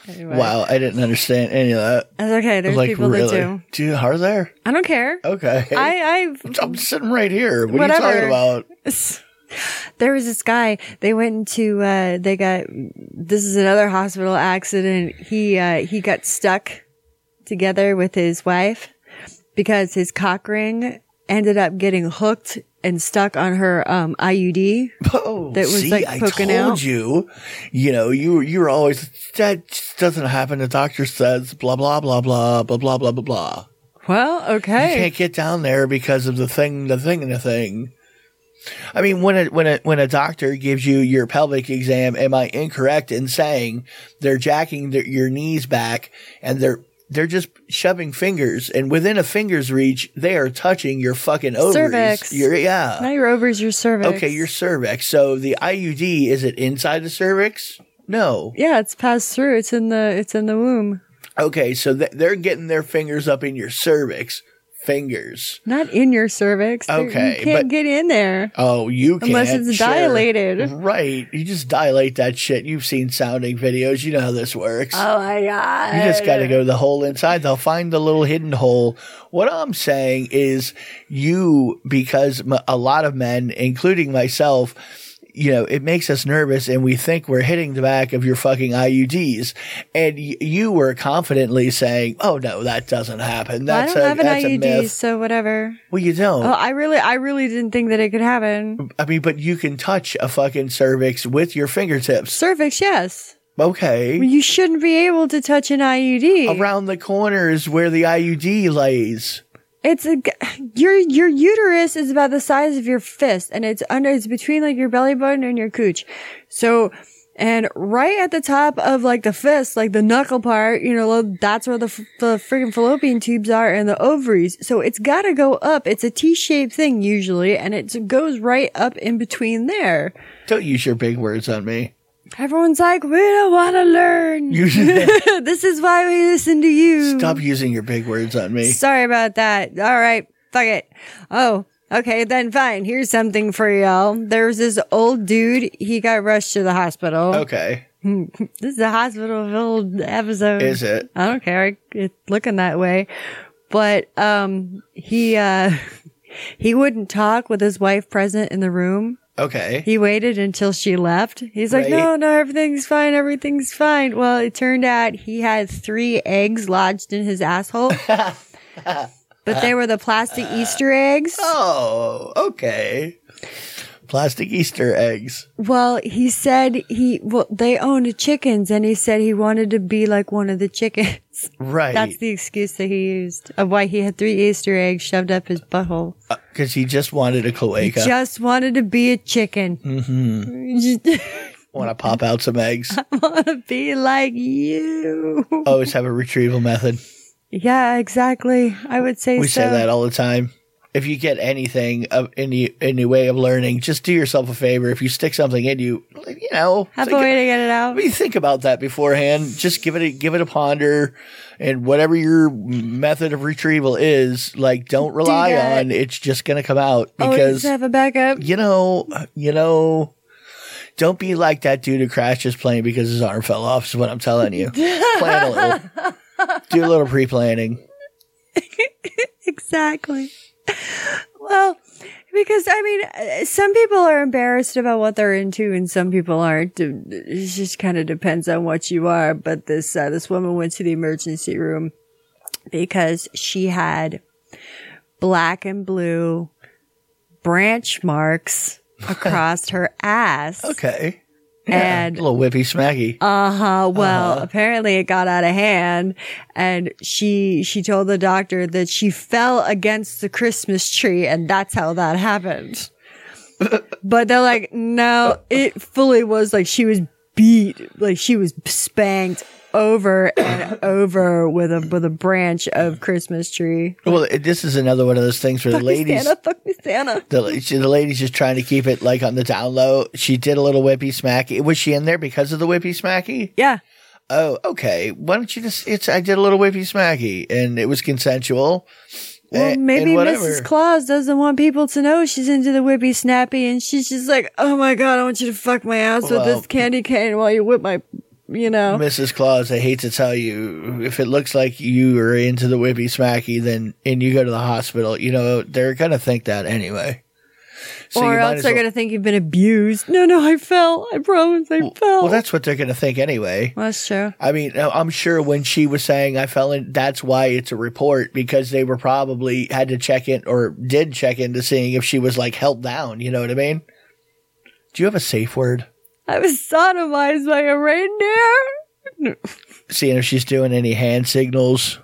Speaker 5: anyway,
Speaker 1: Wow, I didn't understand any of that.
Speaker 5: that's okay. There's
Speaker 1: like,
Speaker 5: people
Speaker 1: really?
Speaker 5: that do.
Speaker 1: Dude, are there?
Speaker 5: I don't care.
Speaker 1: Okay.
Speaker 5: I I
Speaker 1: I'm sitting right here. What are you
Speaker 5: Whatever.
Speaker 1: talking about?
Speaker 5: there was this guy they went into uh they got this is another hospital accident he uh he got stuck together with his wife because his cock ring ended up getting hooked and stuck on her um iud
Speaker 1: Oh,
Speaker 5: that was,
Speaker 1: see,
Speaker 5: like,
Speaker 1: I
Speaker 5: poking
Speaker 1: told
Speaker 5: out.
Speaker 1: you, you know, you you were always that just doesn't happen. The doctor says blah blah blah blah blah blah blah blah blah.
Speaker 5: well
Speaker 1: You
Speaker 5: okay
Speaker 1: can't get down there because of the thing, the thing, and the thing. I mean, when a when a when a doctor gives you your pelvic exam, am I incorrect in saying they're jacking their, your knees back and they're they're just shoving fingers, and within a finger's reach, they are touching your fucking ovaries.
Speaker 5: Cervix.
Speaker 1: Your, yeah.
Speaker 5: now your ovaries your cervix
Speaker 1: Okay, your cervix. So the IUD is it inside the cervix? No.
Speaker 5: yeah it's passed through it's in the it's in the womb
Speaker 1: Okay, so th- they're getting their fingers up in your cervix. fingers.
Speaker 5: Not in your cervix. There-
Speaker 1: Okay,
Speaker 5: You can't
Speaker 1: but-
Speaker 5: get in there.
Speaker 1: Oh, you can't.
Speaker 5: Unless it's
Speaker 1: sure.
Speaker 5: dilated.
Speaker 1: Right. You just dilate that shit. You've seen sounding videos. You know how this works.
Speaker 5: Oh my God.
Speaker 1: You just got to go to the hole inside. They'll find the little hidden hole. What I'm saying is, you, because m- a lot of men, including myself, you know, it makes us nervous and we think we're hitting the back of your fucking IUDs. And y- you were confidently saying, oh no, that doesn't happen.
Speaker 5: Well, I
Speaker 1: That's,
Speaker 5: don't
Speaker 1: a,
Speaker 5: have an
Speaker 1: that's a
Speaker 5: IUD,
Speaker 1: myth.
Speaker 5: so whatever.
Speaker 1: Well, you don't.
Speaker 5: Oh, I really, I really didn't think that it could happen.
Speaker 1: I mean, but you can touch a fucking cervix with your fingertips.
Speaker 5: Cervix, yes.
Speaker 1: Okay.
Speaker 5: You shouldn't be able to touch an IUD.
Speaker 1: Around the corners where the IUD lays.
Speaker 5: It's a g- your your uterus is about the size of your fist, and it's under it's between like your belly button and your cooch. So, and right at the top of like the fist, like the knuckle part, you know, that's where the f- the freaking fallopian tubes are and the ovaries. So it's got to go up. It's a T shaped thing usually, and it goes right up in between there.
Speaker 1: Don't use your big words on me.
Speaker 5: Everyone's like, we don't want to learn.
Speaker 1: You
Speaker 5: this is why we listen to you.
Speaker 1: Stop using your big words on me.
Speaker 5: Sorry about that. All right. Fuck it. Oh, okay. Then fine. Here's something for y'all. There was this old dude. He got rushed to the hospital.
Speaker 1: Okay.
Speaker 5: This is a hospital filled episode.
Speaker 1: Is it?
Speaker 5: I don't care. I- It's looking that way. But, um, he, uh, he wouldn't talk with his wife present in the room.
Speaker 1: Okay.
Speaker 5: He waited until she left. He's like,
Speaker 1: Right.
Speaker 5: no, no, everything's fine. Everything's fine. Well, it turned out he had three eggs lodged in his asshole. But they were the plastic Easter eggs.
Speaker 1: Oh, okay. Plastic Easter eggs.
Speaker 5: Well, he said he well they owned chickens, and he said he wanted to be like one of the chickens.
Speaker 1: Right.
Speaker 5: That's the excuse that he used of why he had three Easter eggs shoved up his butthole.
Speaker 1: Because Uh, he just wanted a cloaca.
Speaker 5: Just wanted to be a chicken. Mm-hmm.
Speaker 1: Want to pop out some eggs.
Speaker 5: want to be like you.
Speaker 1: Always have a retrieval method.
Speaker 2: Yeah, exactly. I would say
Speaker 1: We
Speaker 2: so.
Speaker 1: say that all the time. If you get anything of any any way of learning, just do yourself a favor. If you stick something in you, you know,
Speaker 5: Have
Speaker 1: think-
Speaker 5: a way to get it
Speaker 1: I
Speaker 5: out.
Speaker 1: mean, think about that beforehand. Just give it a, give it a ponder, and whatever your method of retrieval is, like don't rely
Speaker 5: that.
Speaker 1: on it's just going to come out
Speaker 5: Always
Speaker 1: because
Speaker 5: have a backup.
Speaker 1: you know you know. Don't be like that dude who crashed his plane because his arm fell off. Is what I'm telling you. Plan a little. Do a little pre-planning.
Speaker 5: Exactly. Well, because I mean, uh, some people are embarrassed about what they're into, and some people aren't. It just kind of depends on what you are. But this uh, this woman went to the emergency room because she had black and blue branch marks across her ass,
Speaker 1: Okay.
Speaker 5: and
Speaker 1: A little whippy smacky.
Speaker 5: uh huh. Well, apparently it got out of hand, and she she told the doctor that she fell against the Christmas tree, and that's how that happened. but they're like, no, it fully was like she was beat, like she was spanked over and over with a with a branch of Christmas tree.
Speaker 1: well, it- this is another one of those things where the ladies.
Speaker 5: Santa, fuck me, Santa.
Speaker 1: The, she, the lady's just trying to keep it like on the down low. She did a little whippy smacky. Was she in there because of the whippy smacky?
Speaker 5: Yeah.
Speaker 1: Oh, okay. Why don't you just? It's I did a little whippy smacky, and it was consensual.
Speaker 5: Well,
Speaker 1: A-
Speaker 5: maybe
Speaker 1: Eh, and whatever.
Speaker 5: Mrs. Claus doesn't want people to know she's into the whippy snappy, and she's just like, "Oh my god, I want you to fuck my ass
Speaker 1: Well-
Speaker 5: with this candy cane while you whip my, you know."
Speaker 1: Mrs. Claus, I hate to tell you, if it looks like you are into the whippy smacky, then and you go to the hospital, you know they're gonna think that anyway. So
Speaker 5: or
Speaker 1: you might
Speaker 5: else
Speaker 1: as
Speaker 5: they're
Speaker 1: well-
Speaker 5: gonna think you've been abused. No, no, I fell. I promise, I fell.
Speaker 1: Well, that's what they're gonna think anyway.
Speaker 5: Well, that's true.
Speaker 1: I mean, I- I'm sure when she was saying I fell in, that's why it's a report because they were probably had to check in or did check into seeing if she was like held down. You know what I mean? Do you have a safe word?
Speaker 5: I was sodomized by a reindeer.
Speaker 1: Seeing if she's doing any hand signals.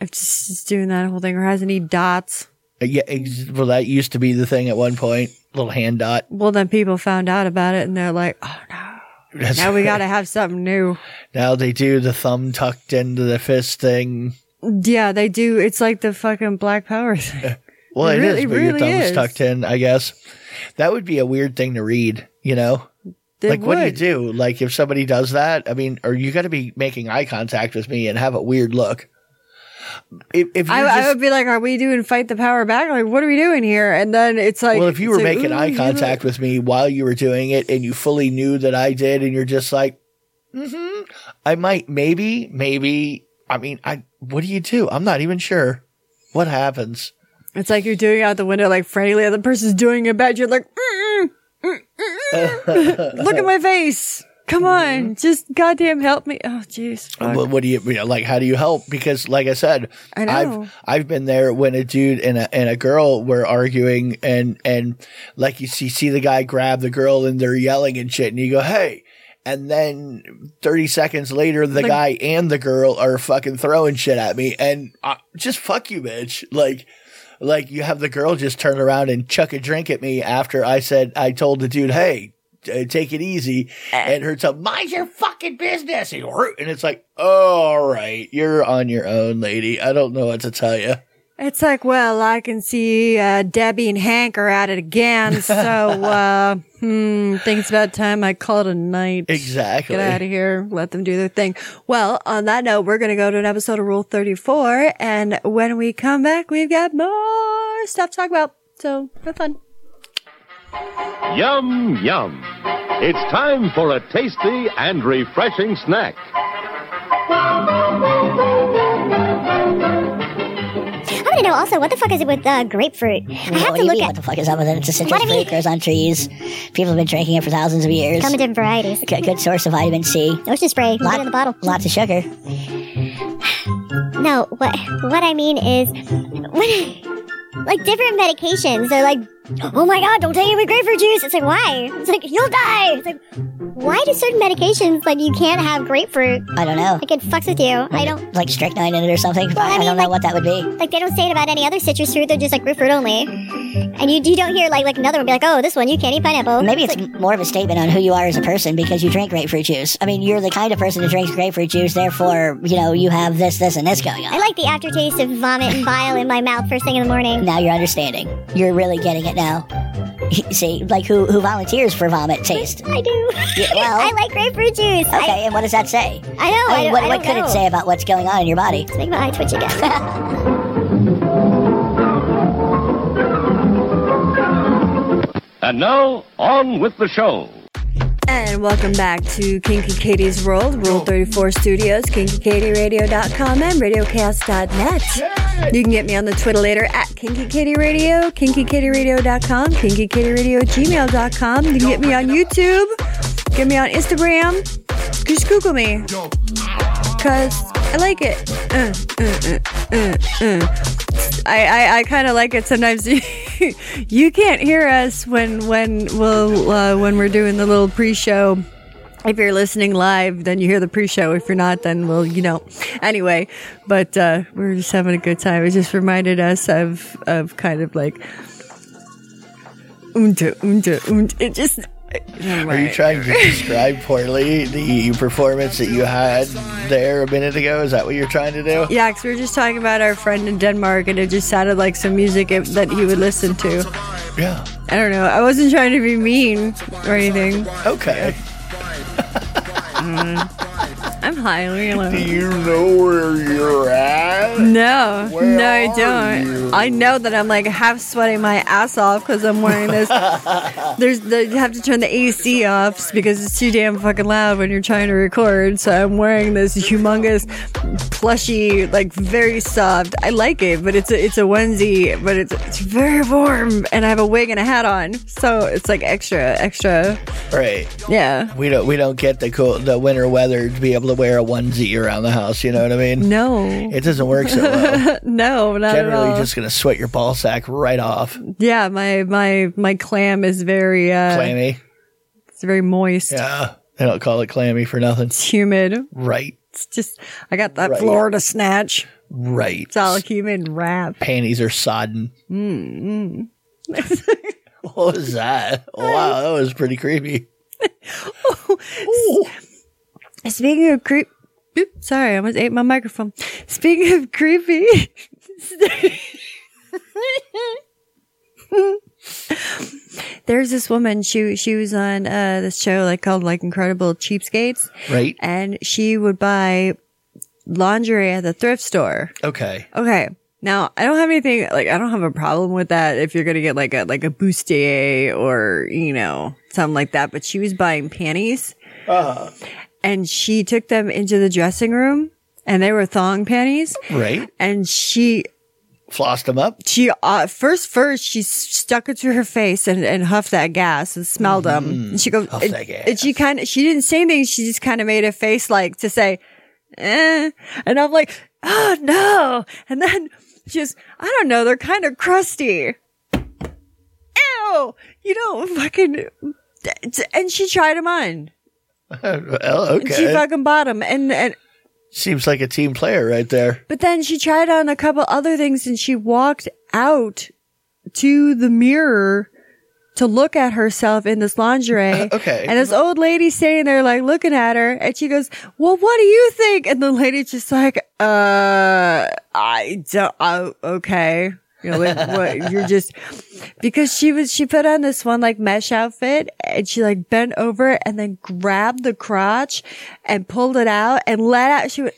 Speaker 5: I'm just, just doing that whole thing. Or has any dots?
Speaker 1: Uh, Yeah, ex- well, that used to be the thing at one point. Little hand dot.
Speaker 5: Well, then people found out about it, and they're like, "Oh no,
Speaker 1: That's-
Speaker 5: now we gotta have something new."
Speaker 1: now they do the thumb tucked into the fist thing.
Speaker 5: Yeah, they do. It's like the fucking Black Power thing.
Speaker 1: Well,
Speaker 5: It
Speaker 1: it is,
Speaker 5: really- it
Speaker 1: but your
Speaker 5: really
Speaker 1: thumb's
Speaker 5: is.
Speaker 1: tucked in, I guess. That would be a weird thing to read, you know?
Speaker 5: They
Speaker 1: like, what do you do?
Speaker 5: would.
Speaker 1: Like, if somebody does that, I mean, or you got to be making eye contact with me and have a weird look. if, if you
Speaker 5: I,
Speaker 1: just,
Speaker 5: I would be like, "Are we doing fight the power back? Like, what are we doing here?" And then it's like,
Speaker 1: well, if you
Speaker 5: it's
Speaker 1: were
Speaker 5: like,
Speaker 1: making
Speaker 5: "Ooh,
Speaker 1: eye
Speaker 5: you
Speaker 1: contact with me while you were doing it and you fully knew that I did and you're just like, mm-hmm, I might, maybe, maybe, I mean, I, what do you do? I'm not even sure what happens.
Speaker 5: look-" It's like you're doing it out the window, like frantically, the other person's doing it bad. You're like, "Mm-mm, mm-mm, mm-mm. "Look at my face! Come
Speaker 1: Mm-hmm.
Speaker 5: on, just goddamn help me!" Oh, jeez. Fuck.
Speaker 1: What, what do you, you know, like? How do you help? Because, like I said,
Speaker 5: I know.
Speaker 1: have I've been there when a dude and a and a girl were arguing, and and like you see see the guy grab the girl, and they're yelling and shit, and you go, hey. And then 30 seconds later, the guy and the girl are fucking throwing shit at me. And I, just fuck you, bitch. Like, like you have the girl just turn around and chuck a drink at me after I said, I told the dude, hey, t- take it easy. And her to mind your fucking business. And you're- and it's like, oh, all right, you're on your own, lady. I don't know what to tell you.
Speaker 5: It's like, well, I can see uh, Debbie and Hank are at it again. So, uh, hmm, think it's about time I called a night.
Speaker 1: Exactly.
Speaker 5: Get out of here. Let them do their thing. Well, on that note, we're going to go to an episode of Rule 34. And when we come back, we've got more stuff to talk about. So, have fun.
Speaker 6: Yum, yum. It's time for a tasty and refreshing snack.
Speaker 7: I want to know also what the fuck is it with uh, grapefruit? I have
Speaker 8: what
Speaker 7: to
Speaker 8: do you
Speaker 7: look
Speaker 8: mean?
Speaker 7: at
Speaker 8: What the fuck is up with it? It's a citrus
Speaker 7: do you
Speaker 8: fruit.
Speaker 7: mean?
Speaker 8: It grows on trees. People have been drinking it for thousands of years.
Speaker 7: some of different varieties.
Speaker 8: Good, good source of vitamin C.
Speaker 7: Ocean spray, you get in the bottle.
Speaker 8: Lots of sugar.
Speaker 7: No, what what I mean is, when, like different medications. They're like, oh my god, don't take it with grapefruit juice. It's like why? It's like you'll die. It's like why do certain medications like you can't have grapefruit?
Speaker 8: I don't know.
Speaker 7: Like it fucks with you. I don't
Speaker 8: Like strychnine in it or something.
Speaker 7: I
Speaker 8: I,
Speaker 7: mean,
Speaker 8: don't know
Speaker 7: like-
Speaker 8: what that would be.
Speaker 7: like they don't say it about any other citrus fruit. They're just like grapefruit only. And you you don't hear like like another one be like, oh, this one you can't eat pineapple.
Speaker 8: Maybe it's more of a statement on who you are as a person because you drink grapefruit juice. I mean, you're the kind of person who drinks grapefruit juice, therefore, you know, you have this, this, and this going
Speaker 7: I
Speaker 8: on.
Speaker 7: like the aftertaste of vomit and bile in my mouth first thing in the morning.
Speaker 8: Now you're understanding. You're really getting it now. See, like who who volunteers for vomit taste?
Speaker 7: I do.
Speaker 8: Yeah, well-
Speaker 7: I like grapefruit juice.
Speaker 8: Okay, and what does that say?
Speaker 7: I, I know. I,
Speaker 8: I mean,
Speaker 7: don't-
Speaker 8: what,
Speaker 7: I
Speaker 8: what
Speaker 7: don't
Speaker 8: could
Speaker 7: know.
Speaker 8: it say about what's going on in your body?
Speaker 7: It's making my eye twitch again.
Speaker 6: And now, on with the show.
Speaker 5: And welcome back to Kinky Katie's World, Rule 34 Studios, KinkyKatieRadio.com, and RadioCast.net. You can get me on the Twitter later at Kinky Katie Radio, KinkyKatieRadio.com, KinkyKatieRadio at gmail.com. You can get me on YouTube, get me on Instagram, just Google me. Because I like it. Uh, uh, uh, uh, uh. I, I, I kind of like it sometimes. you can't hear us when when we'll uh, when we're doing the little pre-show. If you're listening live, then you hear the pre-show. If you're not, then we'll you know. Anyway, but uh, we were just having a good time. It just reminded us of of kind of like unta unta unta. It just.
Speaker 1: Are you trying to describe poorly the performance that you had there a minute ago? Is that what you're trying to do?
Speaker 5: Yeah, 'cause we were just talking about our friend in Denmark, and it just sounded like some music it, that he would listen to.
Speaker 1: Yeah.
Speaker 5: I don't know. I wasn't trying to be mean or anything.
Speaker 1: Okay.
Speaker 5: I'm high. leave me alone.
Speaker 1: you know where you're at?
Speaker 5: No,
Speaker 1: Where
Speaker 5: no, I
Speaker 1: are
Speaker 5: don't.
Speaker 1: you?
Speaker 5: I know that I'm like half sweating my ass off because I'm wearing this. There's the, you have to turn the AC off because it's too damn fucking loud when you're trying to record. So I'm wearing this humongous, plushy, like very soft. I like it, but it's a it's a onesie, but it's it's very warm, and I have a wig and a hat on, so it's like extra, extra.
Speaker 1: Right.
Speaker 5: Yeah.
Speaker 1: We don't we don't get the cool the winter weather to be able to wear a onesie around the house, you know what I mean?
Speaker 5: No,
Speaker 1: It doesn't work so well.
Speaker 5: no, not at all.
Speaker 1: Generally just gonna sweat your ball sack right off.
Speaker 5: yeah, my my my clam is very uh,
Speaker 1: Clammy.
Speaker 5: It's very moist.
Speaker 1: Yeah. They don't call it clammy for nothing.
Speaker 5: It's humid.
Speaker 1: Right.
Speaker 5: It's just I got that
Speaker 1: Right.
Speaker 5: Florida snatch.
Speaker 1: Right.
Speaker 5: It's all humid wrap.
Speaker 1: Panties are sodden.
Speaker 5: Mm-hmm.
Speaker 1: What was that? Wow, that was pretty creepy.
Speaker 5: Speaking of creep, Boop, sorry, I almost ate my microphone. Speaking of creepy, there's this woman. She she was on uh, this show like called like Incredible Cheapskates,
Speaker 1: Right?
Speaker 5: and she would buy lingerie at the thrift store.
Speaker 1: Okay.
Speaker 5: Okay. Now I don't have anything like I don't have a problem with that if you're gonna get like a like a bustier or you know something like that. But she was buying panties, and she took them into the dressing room, and they were thong panties.
Speaker 1: Right.
Speaker 5: And she
Speaker 1: Flossed them up.
Speaker 5: she uh, first first she stuck it to her face and, and huffed that gas and smelled them. And she goes and,
Speaker 1: Mm-hmm. that gas.
Speaker 5: and she kind of she didn't say anything. She just kind of made a face like to say, eh. and I'm like, oh no. And then she just I don't know. They're kind of crusty. Ew. You don't fucking. And she tried them on.
Speaker 1: well,
Speaker 5: And She
Speaker 1: okay.
Speaker 5: fucking bought them. And and
Speaker 1: Seems like a team player right there.
Speaker 5: But then she tried on a couple other things and she walked out to the mirror to look at herself in this lingerie.
Speaker 1: Okay.
Speaker 5: And this old lady standing there like looking at her and she goes, well, what do you think? And the lady's just like, uh, I don't, oh, okay. You know, like, what, you're just, because she was, she put on this one like mesh outfit and she like bent over and then grabbed the crotch and pulled it out and let out. She went,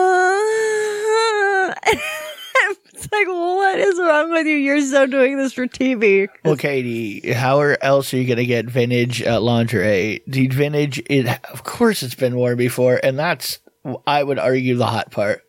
Speaker 5: "Uh." it's like, what is wrong with you? You're so doing this for TV.
Speaker 1: Well, Katie, how are, else are you going to get vintage uh, lingerie? The vintage, it of course it's been worn before, and that's I would argue the hot part.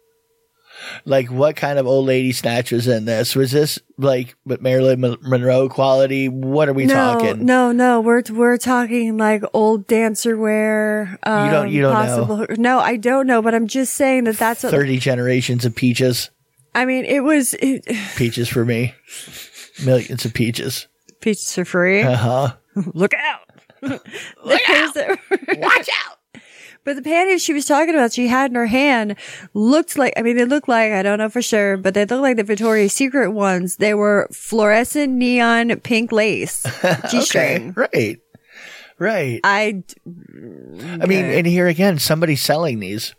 Speaker 1: Like, what kind of old lady snatch was in this? Was this like with Marilyn Mon- Monroe quality? What are we
Speaker 5: no,
Speaker 1: talking?
Speaker 5: no, no. We're we're talking like old dancer wear. Um,
Speaker 1: don't- you don't know.
Speaker 5: possible, No, I don't know, but I'm just saying that that's what.
Speaker 1: Thirty generations of peaches,
Speaker 5: I mean, it was it,
Speaker 1: peaches for me, millions of peaches.
Speaker 5: peaches are free.
Speaker 1: Uh huh.
Speaker 5: Look out! Look out! Watch out! But the panties she was talking about, she had in her hand, looked like, I mean, they looked like, I don't know for sure, but they looked like the Victoria's Secret ones. They were fluorescent neon pink lace G string.
Speaker 1: Right. Right.
Speaker 5: I,
Speaker 1: I mean, and here again, somebody's selling these.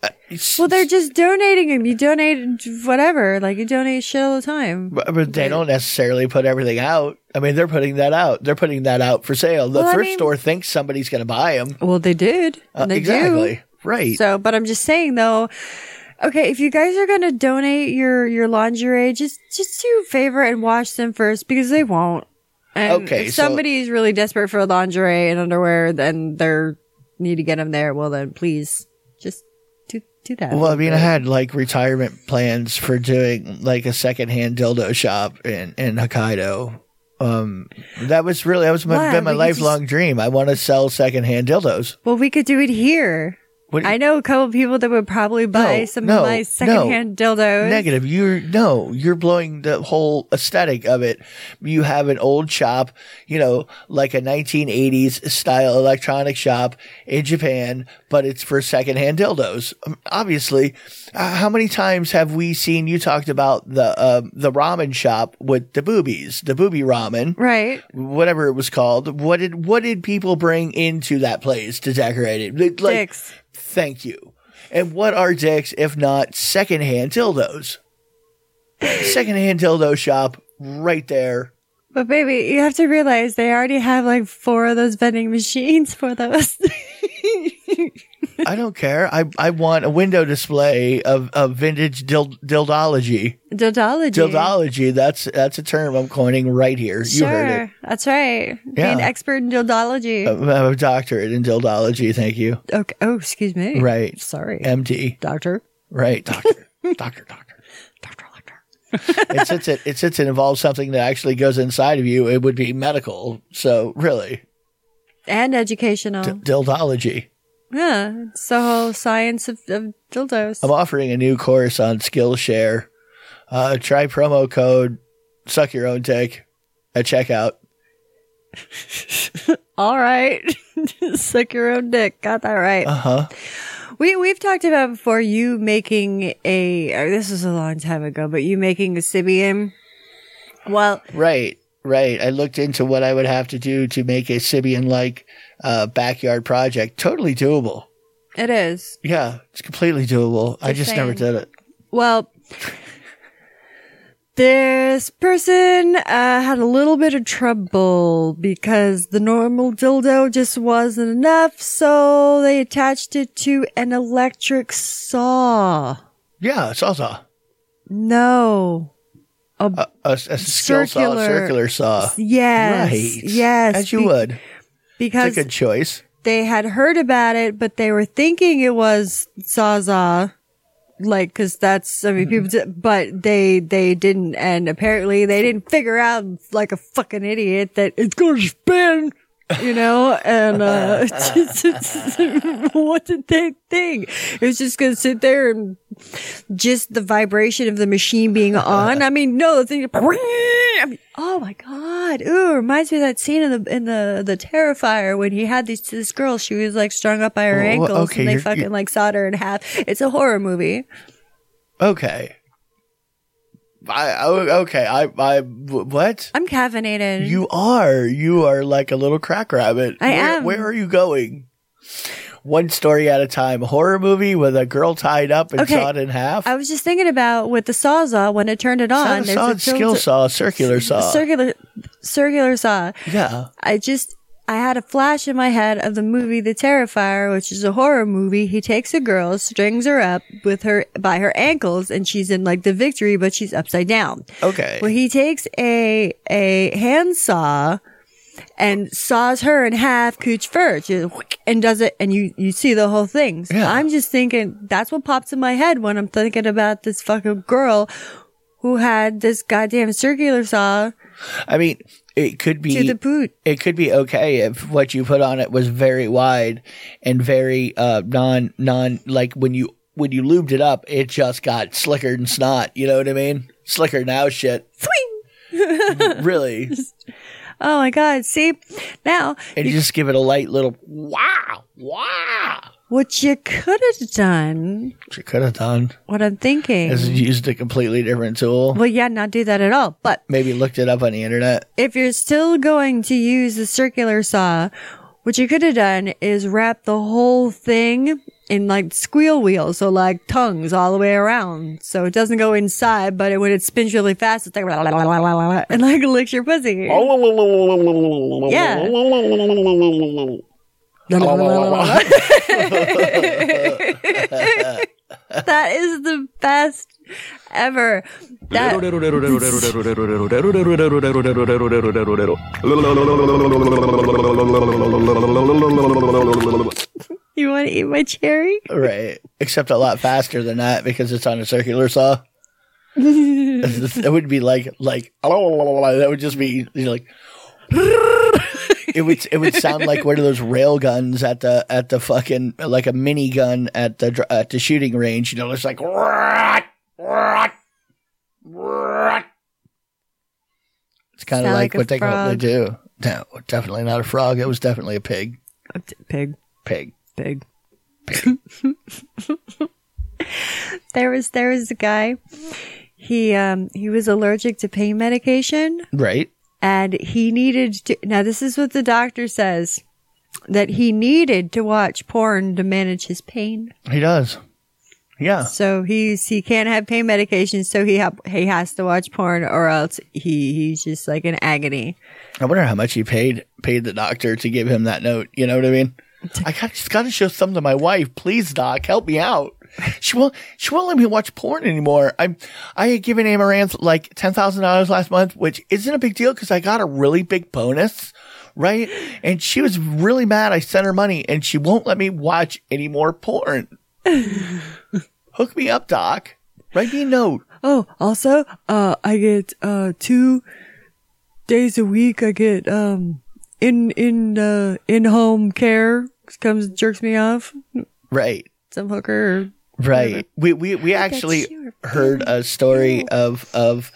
Speaker 1: Uh, it's-
Speaker 5: well, they're just donating them. You donate whatever. Like, you donate shit all the time.
Speaker 1: But, but they don't necessarily put everything out. I mean, they're putting that out. They're putting that out for sale. The
Speaker 5: Well, I
Speaker 1: thrift
Speaker 5: mean-
Speaker 1: store thinks somebody's going to buy them.
Speaker 5: Well, they did. they do.
Speaker 1: Uh, exactly. Right.
Speaker 5: So, but I'm just saying though, okay, if you guys are gonna donate your your lingerie, just just do a favor and wash them first because they won't. And
Speaker 1: Okay,
Speaker 5: if
Speaker 1: so-
Speaker 5: somebody is really desperate for lingerie and underwear, then they're need to get them there. Well, then please just do do that.
Speaker 1: well, I mean, I had like retirement plans for doing like a secondhand dildo shop in, in Hokkaido. Um, that was really, that was my,
Speaker 5: Wow,
Speaker 1: been my
Speaker 5: we could
Speaker 1: lifelong dream. I want to sell secondhand dildos.
Speaker 5: well, we could do it here.
Speaker 1: What do you-
Speaker 5: I know a couple people that would probably buy
Speaker 1: No,
Speaker 5: some
Speaker 1: no,
Speaker 5: of my
Speaker 1: no.
Speaker 5: secondhand dildos.
Speaker 1: Negative. You're no, you're blowing the whole aesthetic of it. You have an old shop, you know, like a 1980s style electronic shop in Japan, but it's for secondhand dildos. Um, Obviously, uh, how many times have we seen you talked about the um the ramen shop with the boobies, the booby ramen,
Speaker 5: Right.
Speaker 1: whatever it was called? What did what did people bring into that place to decorate it? Like,
Speaker 5: Dicks.
Speaker 1: Thank you. And what are dicks if not secondhand dildos? Secondhand dildo shop right there.
Speaker 5: But baby, you have to realize they already have like four of those vending machines for those.
Speaker 1: I don't care. I, I want a window display of, of vintage dild, dildology.
Speaker 5: Dodology.
Speaker 1: Dildology, that's that's a term I'm coining right here. You
Speaker 5: Sure.
Speaker 1: heard it.
Speaker 5: That's right. Be
Speaker 1: Yeah. Oh.
Speaker 5: an expert in dodology.
Speaker 1: I have a doctorate in dildology, thank you.
Speaker 5: okay. Oh, excuse me.
Speaker 1: Right.
Speaker 5: Sorry.
Speaker 1: MD.
Speaker 5: Doctor.
Speaker 1: Right, doctor. doctor, doctor.
Speaker 5: Doctor Lecter.
Speaker 1: And since it, it since it involves something that actually goes inside of you, it would be medical. So really.
Speaker 5: And educational.
Speaker 1: D- dildology.
Speaker 5: yeah. It's the whole science of, of dildos.
Speaker 1: I'm offering a new course on Skillshare. Uh, try promo code suck your own dick at checkout.
Speaker 5: All right. Suck your own dick. Got that right.
Speaker 1: Uh huh.
Speaker 5: We we've talked about before you making a or this was a long time ago, but you making a Sibian. Well,
Speaker 1: Right, right. I looked into what I would have to do to make a Sibian like uh, backyard project. Totally doable.
Speaker 5: it is.
Speaker 1: Yeah, it's completely doable. I
Speaker 5: Just
Speaker 1: just never
Speaker 5: saying.
Speaker 1: did it.
Speaker 5: Well, This person uh, had a little bit of trouble because the normal dildo just wasn't enough, so they attached it to an electric saw.
Speaker 1: Yeah, a sawsaw.
Speaker 5: No.
Speaker 1: A, a, a skill saw,
Speaker 5: Circular.
Speaker 1: circular saw.
Speaker 5: Yes.
Speaker 1: Right.
Speaker 5: Yes.
Speaker 1: As you
Speaker 5: be-
Speaker 1: would. It's
Speaker 5: Because
Speaker 1: a good choice.
Speaker 5: they had heard about it, but they were thinking it was Zaza. Like, cause that's, I mean, people, d-
Speaker 1: Mm-hmm.
Speaker 5: but they, they didn't, and apparently they didn't figure out, like a fucking idiot, that it's gonna spin, you know, and, uh, what did they think? It was just gonna sit there and just the vibration of the machine being on. I mean, no, the thing. I mean, oh my god! Ooh, reminds me of that scene in the in the the Terrifier when he had these this girl. She was like strung up by her
Speaker 1: Oh,
Speaker 5: ankles,
Speaker 1: okay,
Speaker 5: and they
Speaker 1: you're-
Speaker 5: fucking
Speaker 1: you-
Speaker 5: like sawed her in half. It's a horror movie.
Speaker 1: Okay. I, I okay. I I what?
Speaker 5: I'm caffeinated.
Speaker 1: You are. You are like a little crack rabbit.
Speaker 5: I
Speaker 1: where,
Speaker 5: am.
Speaker 1: Where are you going? One story at a time. A horror movie with a girl tied up and
Speaker 5: Okay.
Speaker 1: sawed in half.
Speaker 5: I was just thinking about with the sawzall when it turned it
Speaker 1: Saw-
Speaker 5: on. there's
Speaker 1: saw,
Speaker 5: a
Speaker 1: skill
Speaker 5: tilt-
Speaker 1: saw, circular saw.
Speaker 5: circular, circular saw.
Speaker 1: yeah.
Speaker 5: I just I had a flash in my head of the movie The Terrifier, which is a horror movie. He takes a girl, strings her up with her by her ankles, and she's in like the victory, but she's upside down.
Speaker 1: Okay.
Speaker 5: Well, he takes a a handsaw and saws her in half, cooch first, just whack, and does it, and you you see the whole thing. So
Speaker 1: Yeah.
Speaker 5: I'm just thinking that's what pops in my head when I'm thinking about this fucking girl who had this goddamn circular saw
Speaker 1: I mean, it could be
Speaker 5: to the boot.
Speaker 1: it could be okay if what you put on it was very wide and very uh non non like when you when you lubed it up it just got slicker than snot you know what i mean slicker now shit really
Speaker 5: Oh my God. See, now
Speaker 1: and you just give it a light little wow wow
Speaker 5: what you could have done,
Speaker 1: What you could have done
Speaker 5: what I'm thinking.
Speaker 1: is used a completely different tool
Speaker 5: well, yeah, not do that at all. But
Speaker 1: maybe looked it up on the internet
Speaker 5: if you're still going to use the circular saw, what you could have done is wrap the whole thing in like squeal wheels. So like tongues all the way around. So it doesn't go inside, but it, when it spins really fast, it's like, and like licks your pussy.
Speaker 6: Oh,
Speaker 5: Yeah. that is the best ever. That You want to eat my cherry?
Speaker 1: Right. Except a lot faster than that because it's on a circular saw. that would be like like that would just be you know, like it would it would sound like one of those rail guns at the at the fucking like a mini gun at the dr- at the shooting range you know it's like it's kind of
Speaker 5: Sound
Speaker 1: like,
Speaker 5: like a
Speaker 1: what they call they
Speaker 5: frog.
Speaker 1: do no definitely not a frog it was definitely a pig
Speaker 5: Pig,
Speaker 1: pig
Speaker 5: pig. there was there was a guy. He um he was allergic to pain medication
Speaker 1: right
Speaker 5: and he needed to now this is what the doctor says that he needed to watch porn to manage his pain.
Speaker 1: he does yeah
Speaker 5: So he's he can't have pain medication so he ha- he has to watch porn or else he he's just like in agony.
Speaker 1: I wonder how much he paid paid the doctor to give him that note. You know what I mean? I got, just got to show something to my wife. Please, doc, help me out. She won't. She won't let me watch porn anymore. I'm. I had given Amaranth like ten thousand dollars last month, which isn't a big deal because I got a really big bonus, right? And she was really mad. I sent her money, and she won't let me watch any more porn. Hook me up, doc. Write me a note.
Speaker 5: Oh, also, uh, I get, uh, two days a week. I get, um, in, in, uh, in home care comes and jerks me off.
Speaker 1: Right.
Speaker 5: Some hooker.
Speaker 1: Right. We we we actually heard a story of of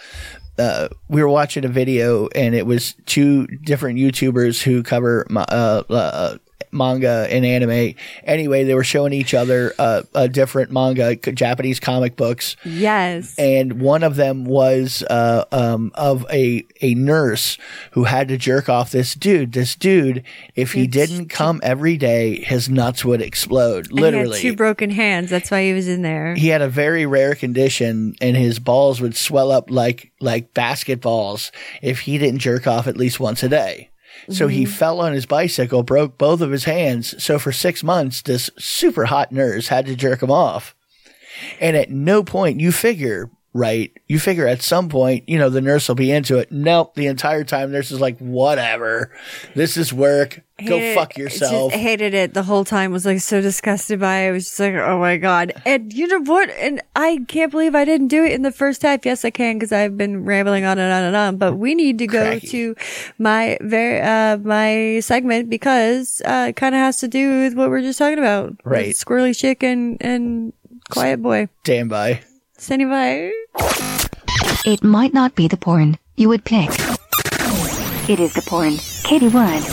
Speaker 1: uh, we were watching a video and it was two different YouTubers who cover my, uh, uh, manga and anime. Anyway, they were showing each other uh, a different manga, Japanese comic books,
Speaker 5: Mm-hmm. Yes.
Speaker 1: and one of them was uh, um, of a a nurse who had to jerk off this dude. This dude, if he didn't come every day, his nuts would explode.
Speaker 5: He
Speaker 1: Literally,
Speaker 5: had two broken hands. That's why he was in there.
Speaker 1: he had a very rare condition and his balls would swell up like like basketballs if he didn't jerk off at least once a day. So he fell on his bicycle, broke both of his hands. So for six months, this super hot nurse had to jerk him off. And at no point you figure, right? You figure at some point, you know, the nurse will be into it. Nope. The entire time, nurse is like, whatever. This is work. Go
Speaker 5: Hated-
Speaker 1: fuck
Speaker 5: just
Speaker 1: yourself.
Speaker 5: hated it the whole time. Was like so disgusted by it. I was just like, oh my god. And you know what? And I can't believe I didn't do it in the first half. Yes, I can because I've been rambling on and on and on. But we need to go
Speaker 1: Cracky.
Speaker 5: to my very uh, my segment because uh, it kind of has to do with what we are just talking about. with
Speaker 1: Right.
Speaker 5: Squirrely chick and and quiet boy.
Speaker 1: Stand by.
Speaker 5: Standing by.
Speaker 4: It might not be the porn you would pick. It is the porn Katie would.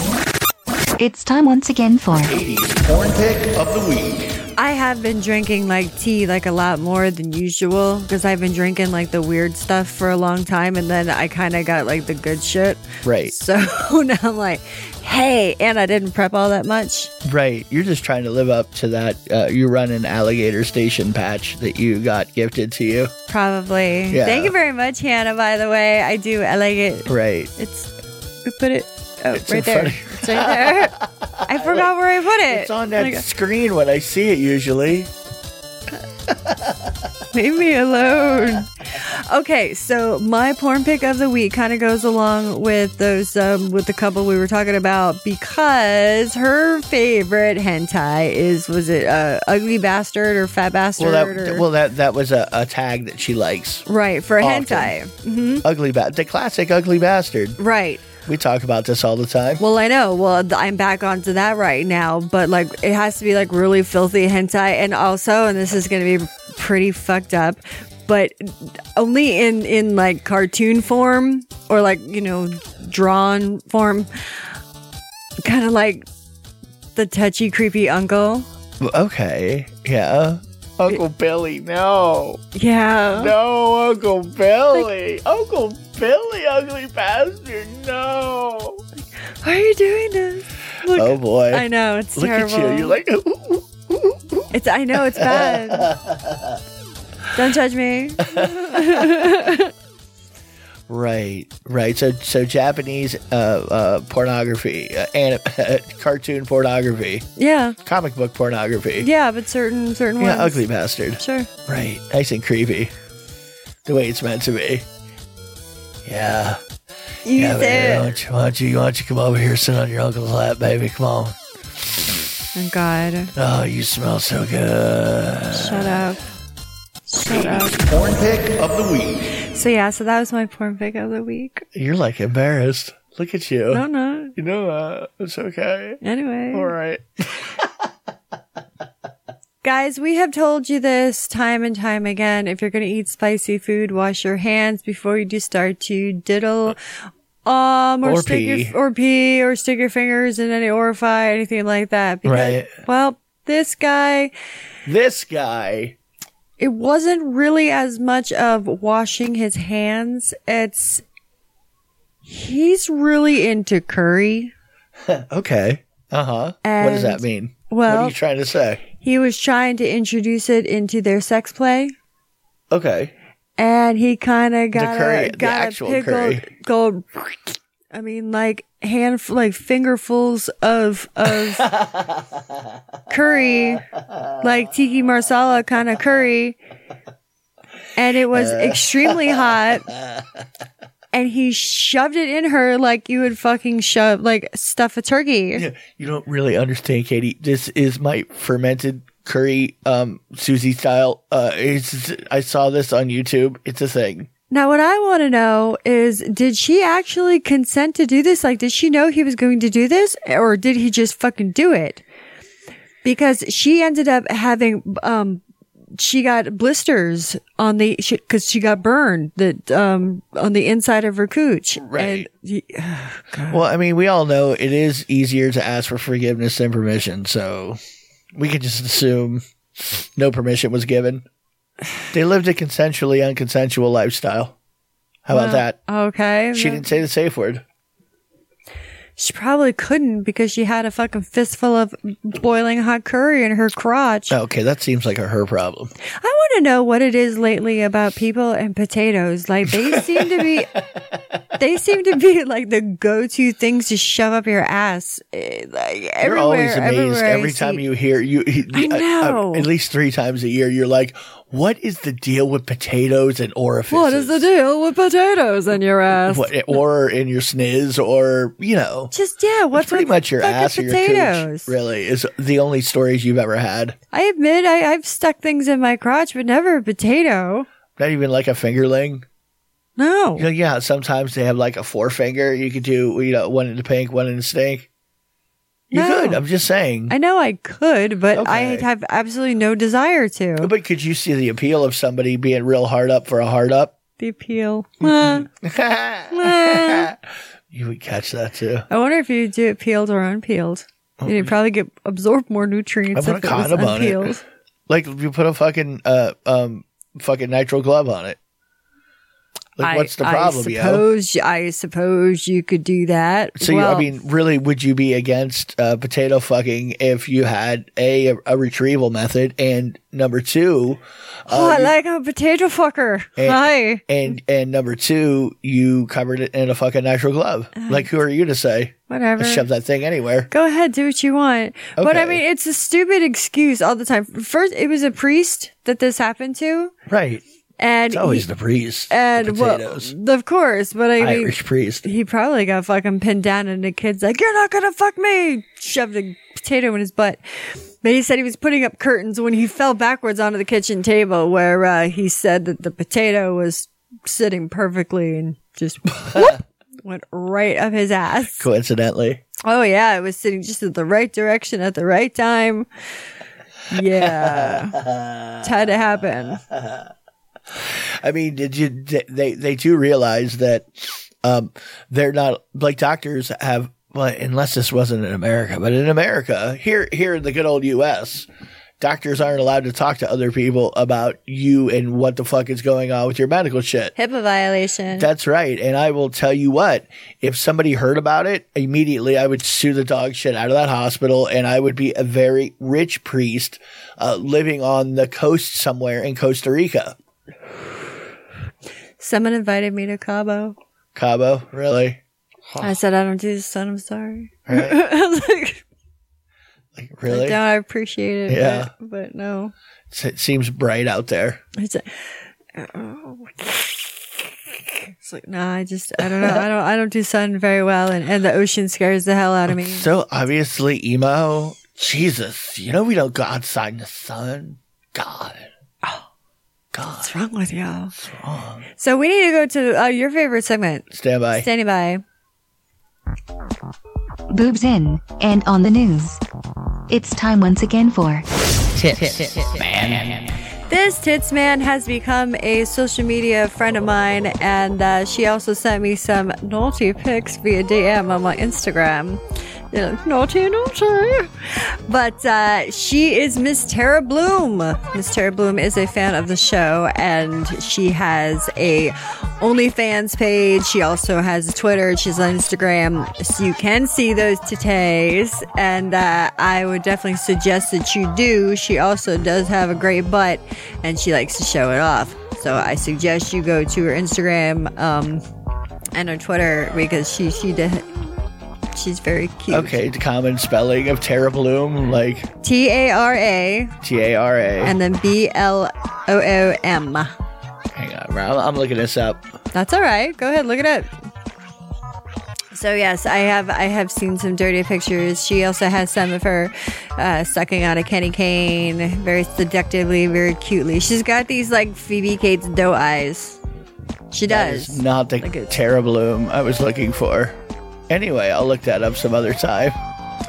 Speaker 4: It's time once again for
Speaker 1: 80s porn pick of the week.
Speaker 5: I have been drinking like tea like a lot more than usual because I've been drinking like the weird stuff for a long time and then I kind of got like the good shit.
Speaker 1: Right.
Speaker 5: So now I'm like, hey, and I didn't prep all that much.
Speaker 1: Right. You're just trying to live up to that. Uh, you run an alligator station patch that you got gifted to you.
Speaker 5: Probably.
Speaker 1: Yeah.
Speaker 5: Thank you very much, Hannah, by the way. I do. I like it.
Speaker 1: Right.
Speaker 5: It's, we put it oh,
Speaker 1: It's in
Speaker 5: right there.
Speaker 1: front of-
Speaker 5: It's right there. I forgot where I put it.
Speaker 1: It's on that
Speaker 5: Like,
Speaker 1: screen when I see it usually.
Speaker 5: Leave me alone. Okay, so my porn pick of the week kind of goes along with those um, with the couple we were talking about because her favorite hentai is was it uh, ugly bastard or fat bastard?
Speaker 1: Well,
Speaker 5: or-
Speaker 1: that well Oh, that that was a, a tag that she likes.
Speaker 5: right for
Speaker 1: Often.
Speaker 5: hentai, hmm
Speaker 1: Ugly bastard. The classic ugly bastard.
Speaker 5: right?
Speaker 1: We talk about this all the time.
Speaker 5: Well, I know. Well, th- I'm back onto that right now, but like it has to be like really filthy hentai, and also, and this is going to be pretty fucked up, but only in in like cartoon form or like you know drawn form, kind of like the touchy, creepy uncle.
Speaker 1: Okay. Yeah. Uncle Billy, no.
Speaker 5: Yeah.
Speaker 1: No, Uncle Billy. Uncle Billy, ugly bastard, no.
Speaker 5: Why are you doing this? Look,
Speaker 1: Oh boy.
Speaker 5: I know it's
Speaker 1: Look
Speaker 5: terrible.
Speaker 1: at you. You're like
Speaker 5: It's I know it's bad. Don't judge me.
Speaker 1: Right, right. So, so Japanese uh, uh, pornography, uh, anim- cartoon pornography,
Speaker 5: Yeah.
Speaker 1: comic book pornography.
Speaker 5: Yeah, but certain certain
Speaker 1: Yeah,
Speaker 5: ones.
Speaker 1: ugly bastard.
Speaker 5: Sure.
Speaker 1: Right, nice and creepy, the way it's meant to be. Yeah,
Speaker 5: You
Speaker 1: yeah. baby, Why
Speaker 5: said.
Speaker 1: don't, you, why don't you, why don't you come over here, sit on your uncle's lap, baby? Come on.
Speaker 5: Oh God.
Speaker 1: Oh, you smell so good.
Speaker 5: Shut up. Shut up.
Speaker 1: Porn pick of the week.
Speaker 5: So yeah, so that was my porn pick of the week.
Speaker 1: You're like embarrassed. Look at you.
Speaker 5: No, no.
Speaker 1: You know, uh, it's okay.
Speaker 5: Anyway,
Speaker 1: All right.
Speaker 5: guys, we have told you this time and time again. If you're going to eat spicy food, wash your hands before you do start to diddle. Um, or,
Speaker 1: Or
Speaker 5: stick
Speaker 1: pee.
Speaker 5: Your, or pee, or stick your fingers in any orifi, anything like that. Because,
Speaker 1: Right.
Speaker 5: Well, this guy,
Speaker 1: This guy.
Speaker 5: it wasn't really as much of washing his hands. It's he's really into curry.
Speaker 1: Okay. Uh huh. What does that
Speaker 5: And-
Speaker 1: mean? what are
Speaker 5: Well,
Speaker 1: you trying to say?
Speaker 5: he was trying to introduce it into their sex play,
Speaker 1: Okay.
Speaker 5: and he kind of got
Speaker 1: curry-
Speaker 5: a
Speaker 1: the
Speaker 5: got a
Speaker 1: actual
Speaker 5: pickled
Speaker 1: curry.
Speaker 5: gold. I mean, like hand like fingerfuls of of curry, like tiki marsala kind of curry, and it
Speaker 1: Uh.
Speaker 5: was extremely hot. And he shoved it in her like you would fucking shove like stuff a turkey.
Speaker 1: You don't really understand, Katie. This is my fermented curry, um, Susie style. Uh, it's, I saw this on YouTube. It's a thing.
Speaker 5: Now, what I want to know is, did she actually consent to do this? Like, did she know he was going to do this or did he just fucking do it? Because she ended up having, um, she got blisters on the because she, got burned that um on the inside of her cooch.
Speaker 1: Right.
Speaker 5: And,
Speaker 1: Well, I mean, we all know it is easier to ask for forgiveness than permission, so we could just assume no permission was given. They lived a consensually unconsensual lifestyle. How about that?
Speaker 5: okay.
Speaker 1: She didn't say the safe word.
Speaker 5: She probably couldn't because she had a fucking fistful of boiling hot curry in her crotch.
Speaker 1: Okay, that seems like a her problem.
Speaker 5: I want to know what it is lately about people and potatoes. Like they seem to be, they seem to be like the go-to things to shove up your ass. Eh, Like everywhere,
Speaker 1: You're always amazed
Speaker 5: everywhere I
Speaker 1: every time
Speaker 5: see-
Speaker 1: you hear you. I
Speaker 5: know.
Speaker 1: at least three times a year, you're like, "What is the deal with potatoes and orifices?
Speaker 5: What is the deal with potatoes in your ass?
Speaker 1: What, or in your sniz, or you know,
Speaker 5: Just yeah, what's
Speaker 1: pretty
Speaker 5: with
Speaker 1: much your
Speaker 5: fucking
Speaker 1: ass or your
Speaker 5: potatoes?
Speaker 1: cooch, really, is the only stories you've ever had.
Speaker 5: I admit I, I've stuck things in my crotch, but never a potato.
Speaker 1: Not even like a fingerling.
Speaker 5: No.
Speaker 1: You know, yeah, sometimes they have like a forefinger. You could do, you know, one in the pink, one in the stink. You
Speaker 5: No.
Speaker 1: could. I'm just saying.
Speaker 5: I know I could, but I
Speaker 1: Okay.
Speaker 5: have absolutely no desire to.
Speaker 1: but could you see the appeal of somebody being real hard up for a hard up?
Speaker 5: The appeal. Ah,
Speaker 1: Mm-hmm.
Speaker 5: ah.
Speaker 1: You would catch that too.
Speaker 5: I wonder if you do it peeled or unpeeled. You'd probably get absorb more nutrients
Speaker 1: Oh, I want
Speaker 5: if
Speaker 1: a
Speaker 5: it was
Speaker 1: condom on it.
Speaker 5: unpeeled.
Speaker 1: Like you put a fucking uh um fucking nitro glove on it. Like
Speaker 5: I-
Speaker 1: what's the
Speaker 5: I
Speaker 1: problem, yo?
Speaker 5: suppose, I suppose you could do that.
Speaker 1: So you, I
Speaker 5: Well,
Speaker 1: mean, really, would you be against uh, potato fucking if you had a a retrieval method and number two,
Speaker 5: oh, I like a potato fucker.
Speaker 1: Eh.
Speaker 5: Hi.
Speaker 1: and and number two, you covered it in a fucking nitro glove?
Speaker 5: Uh,
Speaker 1: Like who are you to say?
Speaker 5: Whatever.
Speaker 1: Shove that thing anywhere.
Speaker 5: Go ahead, do what you want. But I
Speaker 1: Okay.
Speaker 5: mean, it's a stupid excuse all the time. First, it was a priest that this happened to,
Speaker 1: Right.
Speaker 5: and
Speaker 1: It's always
Speaker 5: he-
Speaker 1: the priest.
Speaker 5: and
Speaker 1: the
Speaker 5: well,
Speaker 1: potatoes.
Speaker 5: of course. But I mean,
Speaker 1: Irish priest.
Speaker 5: he probably got fucking pinned down, and the kid's like, "You're not gonna fuck me!" Shoved a potato in his butt. But he said he was putting up curtains when he fell backwards onto the kitchen table, where uh, he said that the potato was sitting perfectly and just whoop, went right up his ass.
Speaker 1: Coincidentally.
Speaker 5: Oh yeah, it was sitting just in the right direction at the right time. Yeah, it's had to happen.
Speaker 1: I mean, did you? They they, they do realize that um, they're not like doctors have. Well, unless this wasn't in America, but in America, here here in the good old U.S., doctors aren't allowed to talk to other people about you and what the fuck is going on with your medical shit.
Speaker 5: HIPAA violation.
Speaker 1: That's right. And I will tell you what, if somebody heard about it, immediately I would sue the dog shit out of that hospital and I would be a very rich priest uh, living on the coast somewhere in Costa Rica.
Speaker 5: Someone invited me to Cabo.
Speaker 1: Cabo, really?
Speaker 5: I said I don't do this, son. I'm sorry.
Speaker 1: Right?
Speaker 5: I was like,
Speaker 1: Like,
Speaker 5: I
Speaker 1: really?
Speaker 5: don't. I appreciate it.
Speaker 1: Yeah.
Speaker 5: but, but no.
Speaker 1: S- It seems bright out there.
Speaker 5: It's, a, it's like no. I just I don't know. I don't I don't do sun very well, and and the ocean scares the hell out of me.
Speaker 1: So obviously, emo. Jesus, you know we don't go outside in the sun. God, God,
Speaker 5: What's wrong with y'all? So we need to go to uh, your favorite segment.
Speaker 1: stand by.
Speaker 5: Standing by.
Speaker 4: Boobs in and on the news. It's time once again for
Speaker 5: This tits man has become a social media friend of mine, and uh, she also sent me some naughty pics via DM on my Instagram. You know, naughty, naughty. But uh, she is Miss Tara Bloom. Miss Tara Bloom is a fan of the show, and she has a OnlyFans page. She also has a Twitter. She's on Instagram, so you can see those titays. And uh, I would definitely suggest that you do. She also does have a great butt, and she likes to show it off. So I suggest you go to her Instagram um, and her Twitter because she she did. She's very cute.
Speaker 1: Okay, the common spelling of Terra Bloom, like
Speaker 5: T A R A
Speaker 1: T A R A.
Speaker 5: and then B L O O M.
Speaker 1: Hang on, I'm I'm looking this up.
Speaker 5: That's all right. Go ahead, look it up. So yes, I have I have seen some dirty pictures. She also has some of her uh, sucking on a candy cane, very seductively, very cutely. She's got these like Phoebe Cates doe eyes. She
Speaker 1: That
Speaker 5: does.
Speaker 1: is not the
Speaker 5: Like it's-
Speaker 1: Terra Bloom I was looking for. Anyway, I'll look that up some other time.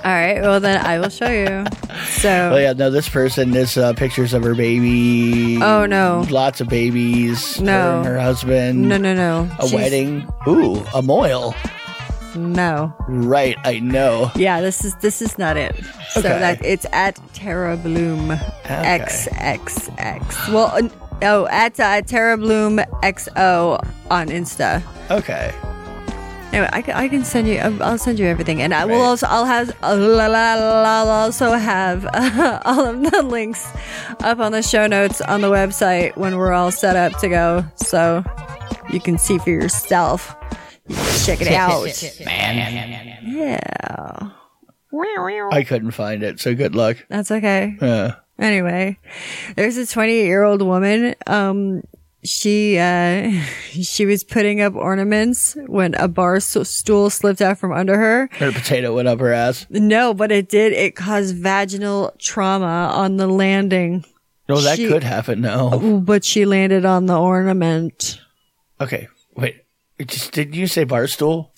Speaker 5: All right. Well, then I will show you.
Speaker 1: Oh
Speaker 5: So,
Speaker 1: yeah, no, this person is uh, pictures of her baby.
Speaker 5: oh no,
Speaker 1: Lots of babies.
Speaker 5: No.
Speaker 1: Her and her husband.
Speaker 5: no, no, no.
Speaker 1: A
Speaker 5: She's-
Speaker 1: wedding. Ooh, a moil.
Speaker 5: No.
Speaker 1: Right, I know.
Speaker 5: Yeah. This is this is not it. So
Speaker 1: Okay.
Speaker 5: that it's at Terra Bloom X X X. Well, uh, oh, at uh, Terra Bloom XO on Insta.
Speaker 1: Okay.
Speaker 5: Anyway, I, can- I can send you. I'll I'll send you everything, and I will
Speaker 1: Right.
Speaker 5: also. I'll have. I'll also have all of the links up on the show notes on the website when we're all set up to go, so you can see for yourself. You can check it out. Yeah,
Speaker 1: I couldn't find it, so good luck.
Speaker 5: that's okay.
Speaker 1: Uh,
Speaker 5: Anyway, there's a 28 year old woman. Um, she uh, she was putting up ornaments when a bar s- stool slipped out from under her.
Speaker 1: her potato went up her ass.
Speaker 5: No, but it did. It caused vaginal trauma on the landing,
Speaker 1: No, that
Speaker 5: She-
Speaker 1: could happen. No.
Speaker 5: but she landed on the ornament.
Speaker 1: Okay, wait. It Just, did you say barstool?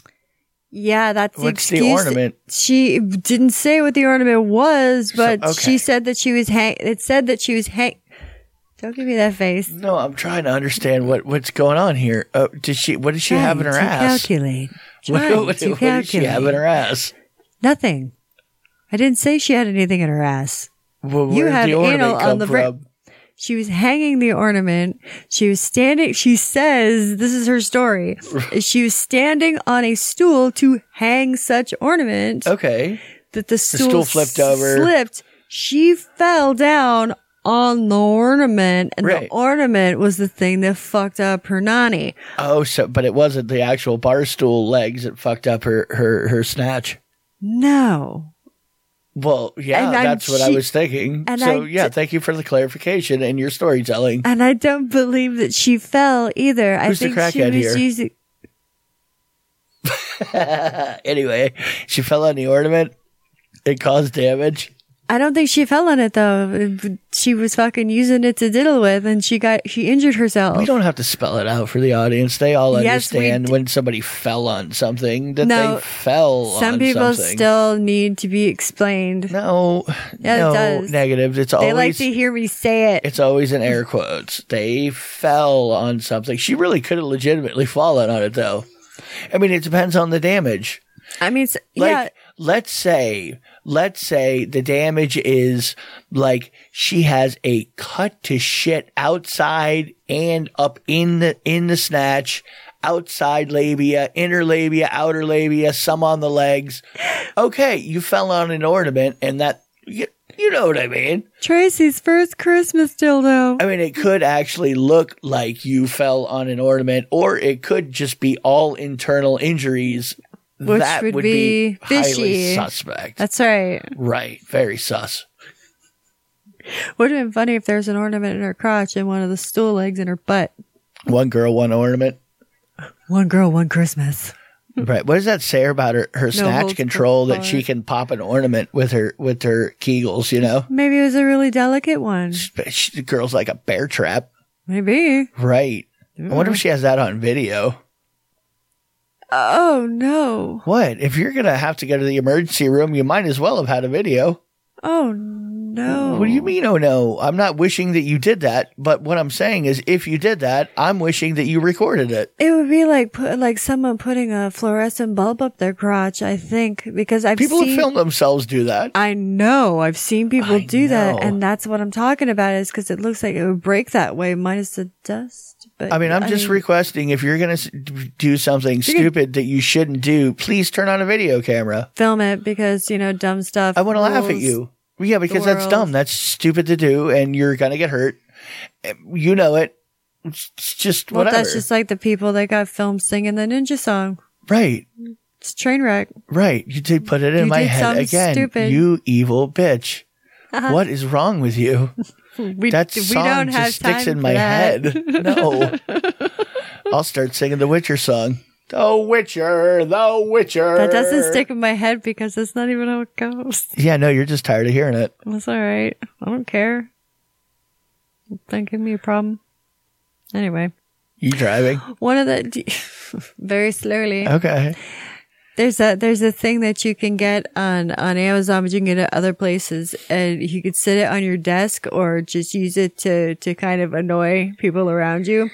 Speaker 5: Yeah, that's the
Speaker 1: What's the
Speaker 5: excuse.
Speaker 1: ornament?
Speaker 5: She didn't say what the ornament was, but
Speaker 1: okay.
Speaker 5: she said that she was hang. It said that she was hang. Don't give me that face.
Speaker 1: No, I'm trying to understand what what's going on here. Uh, did she? What does she have in her
Speaker 5: Trying to
Speaker 1: ass?
Speaker 5: Calculate.
Speaker 1: What,
Speaker 5: Trying
Speaker 1: what, what
Speaker 5: to
Speaker 1: does she have in
Speaker 5: calculate.
Speaker 1: her ass?
Speaker 5: Nothing. I didn't say she had anything in her ass.
Speaker 1: Well,
Speaker 5: You
Speaker 1: where did
Speaker 5: have
Speaker 1: the
Speaker 5: anal
Speaker 1: ornament
Speaker 5: on
Speaker 1: come
Speaker 5: the
Speaker 1: from?
Speaker 5: bra- She was hanging the ornament. She was standing. She says, this is her story. she was standing on a stool to hang such ornament
Speaker 1: okay.
Speaker 5: that the stool,
Speaker 1: Oh, stool flipped over.
Speaker 5: Slipped. She fell down on the ornament and
Speaker 1: Right.
Speaker 5: the ornament was the thing that fucked up her nanny.
Speaker 1: Oh, so but it wasn't the actual bar stool legs that fucked up her her her snatch.
Speaker 5: No.
Speaker 1: Well, yeah,
Speaker 5: And I'm
Speaker 1: that's what I
Speaker 5: she-
Speaker 1: was thinking.
Speaker 5: and
Speaker 1: so,
Speaker 5: I
Speaker 1: yeah,
Speaker 5: d-
Speaker 1: thank you for the clarification and your storytelling.
Speaker 5: And I don't believe that she fell either.
Speaker 1: Who's
Speaker 5: I
Speaker 1: the
Speaker 5: think she
Speaker 1: crackhead
Speaker 5: was
Speaker 1: here?
Speaker 5: using Uh,
Speaker 1: anyway, she fell on the ornament. It caused damage.
Speaker 5: I don't think she fell on it though. She was fucking using it to diddle with, and she got she injured herself.
Speaker 1: We don't have to spell it out for the audience. They all
Speaker 5: Yes, we
Speaker 1: understand
Speaker 5: d-
Speaker 1: when somebody fell on something that
Speaker 5: No,
Speaker 1: they fell
Speaker 5: Some
Speaker 1: on
Speaker 5: people
Speaker 1: something.
Speaker 5: still need to be explained.
Speaker 1: no,
Speaker 5: Yeah, it
Speaker 1: no,
Speaker 5: does.
Speaker 1: negative. It's
Speaker 5: they
Speaker 1: always
Speaker 5: like to hear me say it.
Speaker 1: it's always in air quotes. They fell on something. She really could have legitimately fallen on it though. I mean, it depends on the damage.
Speaker 5: I mean, it's,
Speaker 1: Like,
Speaker 5: yeah,
Speaker 1: let's say, let's say the damage is like she has a cut to shit outside and up in the, in the snatch, outside labia, inner labia, outer labia, some on the legs. Okay. You fell on an ornament and that, you, you know what I mean?
Speaker 5: Tracy's first Christmas dildo.
Speaker 1: I mean, it could actually look like you fell on an ornament, or it could just be all internal injuries.
Speaker 5: Which
Speaker 1: that
Speaker 5: would
Speaker 1: would, be,
Speaker 5: be fishy.
Speaker 1: highly suspect.
Speaker 5: That's right.
Speaker 1: right, very sus.
Speaker 5: Would have been funny if there's an ornament in her crotch and one of the stool legs in her butt.
Speaker 1: One girl, one ornament.
Speaker 5: One girl, one Christmas.
Speaker 1: Right. What does that say about her, her
Speaker 5: holds
Speaker 1: snatch control that she
Speaker 5: barred.
Speaker 1: can pop an ornament with her with her kegels? You know,
Speaker 5: Maybe it was a really delicate one.
Speaker 1: But she- the girl's like a bear trap.
Speaker 5: Maybe.
Speaker 1: Right. I wonder if she has that on video.
Speaker 5: Oh no.
Speaker 1: What if you're gonna have to go to the emergency room? You might as well have had a video.
Speaker 5: Oh no.
Speaker 1: What do you mean, oh no? I'm not wishing that you did that, but what I'm saying is if you did that, I'm wishing that you recorded it.
Speaker 5: It would be like put, like someone putting a fluorescent bulb up their crotch, I think, because I've
Speaker 1: People
Speaker 5: seen.
Speaker 1: have filmed themselves do that.
Speaker 5: I know I've seen people
Speaker 1: I
Speaker 5: do
Speaker 1: know.
Speaker 5: that, and that's what I'm talking about. Is because it looks like it would break that way, minus the dust. But
Speaker 1: I mean, I'm just requesting if you're going to do something stupid that you shouldn't do, please turn on a video camera.
Speaker 5: film it because you know dumb stuff.
Speaker 1: I want to laugh at
Speaker 5: rules.
Speaker 1: you. Yeah, because
Speaker 5: the
Speaker 1: that's
Speaker 5: world.
Speaker 1: dumb. That's stupid to do, and you're going to get hurt. Eh, You know it. It's it's just
Speaker 5: Well,
Speaker 1: whatever.
Speaker 5: that's just like the people that got filmed singing the ninja song.
Speaker 1: right,
Speaker 5: It's a train wreck.
Speaker 1: right. You did put it in
Speaker 5: You
Speaker 1: my
Speaker 5: did
Speaker 1: head
Speaker 5: something
Speaker 1: again.
Speaker 5: stupid. Uh-huh.
Speaker 1: You evil bitch. What is wrong with you?
Speaker 5: We
Speaker 1: That song just sticks in my head. No. I'll start singing the Witcher song. The Witcher, The Witcher.
Speaker 5: That doesn't stick in my head because that's not even how it goes.
Speaker 1: Yeah, no, you're just tired of hearing it.
Speaker 5: That's all right. I don't care. Don't give me a problem. Anyway,
Speaker 1: You driving?
Speaker 5: one of the very slowly.
Speaker 1: Okay.
Speaker 5: There's a there's a thing that you can get on on Amazon, but you can get it other places, and you could sit it on your desk or just use it to to kind of annoy people around you.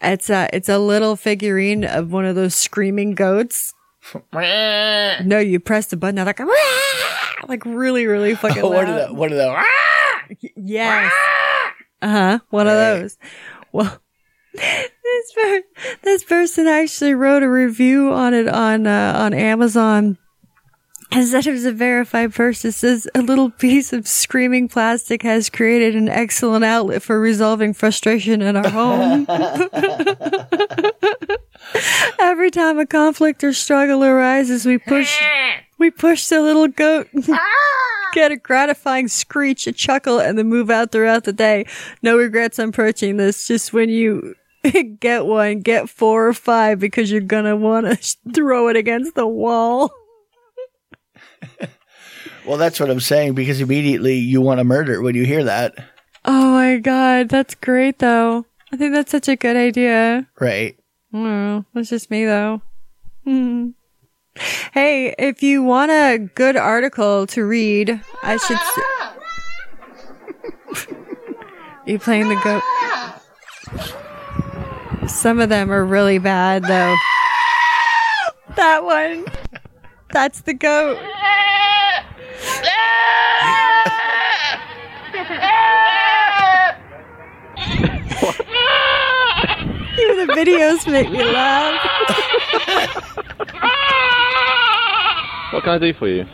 Speaker 5: It's a it's a little figurine of one of those screaming goats. no, you press the button, they're like "Wah!" like really really fucking
Speaker 1: Oh, one
Speaker 5: loud.
Speaker 1: of the one of the ah!
Speaker 5: Yes. Uh huh. One of those. Well, this per- this person actually wrote a review on it on uh, on Amazon. And said it was a verified person. It says a little piece of screaming plastic has created an excellent outlet for resolving frustration in our home. Every time a conflict or struggle arises, we push we push the little goat get a gratifying screech, a chuckle, and then move out throughout the day. No regrets on purchasing this. Just when you get one, get four or five because you're gonna want to throw it against the wall.
Speaker 1: Well, that's what I'm saying because immediately you want to murder when you hear that,
Speaker 5: Oh my god, that's great though. I think that's such a good idea.
Speaker 1: right?
Speaker 5: I don't know. That's just me though. Hmm. Hey, if you want a good article to read, I should. S- you playing the goat? Some of them are really bad though. That one. That's the goat. Even the videos make me laugh.
Speaker 6: What can I do for you?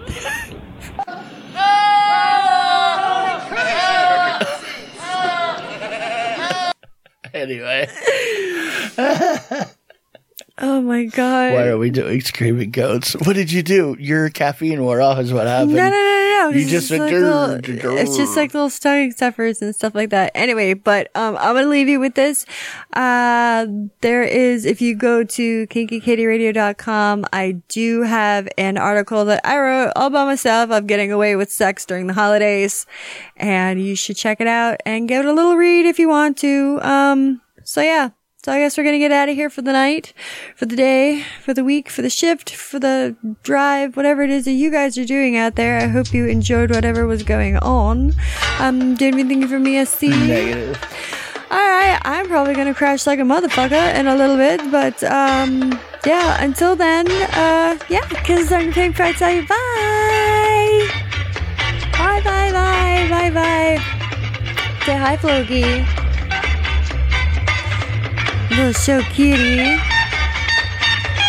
Speaker 1: Anyway,
Speaker 5: Oh my god.
Speaker 1: why are we doing screaming goats? What did you do? Your caffeine wore off, is what happened.
Speaker 5: No, no, no, no.
Speaker 1: You
Speaker 5: It's
Speaker 1: just said,
Speaker 5: like
Speaker 1: "Durr,
Speaker 5: little-
Speaker 1: durr,
Speaker 5: It's just like little stomach stuffers and stuff like that. Anyway, but um, I'm gonna leave you with this. Uh, there is if you go to kinkykittyradio.com, I do have an article that I wrote all by myself of getting away with sex during the holidays, and you should check it out and give it a little read if you want to. Um, so yeah. So I guess we're gonna get out of here for the night, for the day, for the week, for the shift, for the drive, whatever it is that you guys are doing out there. I hope you enjoyed whatever was going on. Um, do you have anything for me, SC?
Speaker 1: Negative.
Speaker 5: All right, I'm probably gonna crash like a motherfucker in a little bit, but um, yeah. Until then, uh, yeah, because I'm Pink Pride. Tell you bye, bye, bye, bye, bye, bye. Say hi, Floki. Little show kitty.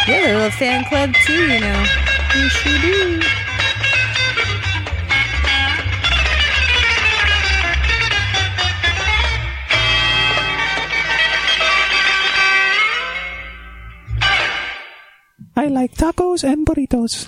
Speaker 5: You're a little fan club too, you know. You sure do.
Speaker 9: I like tacos and burritos.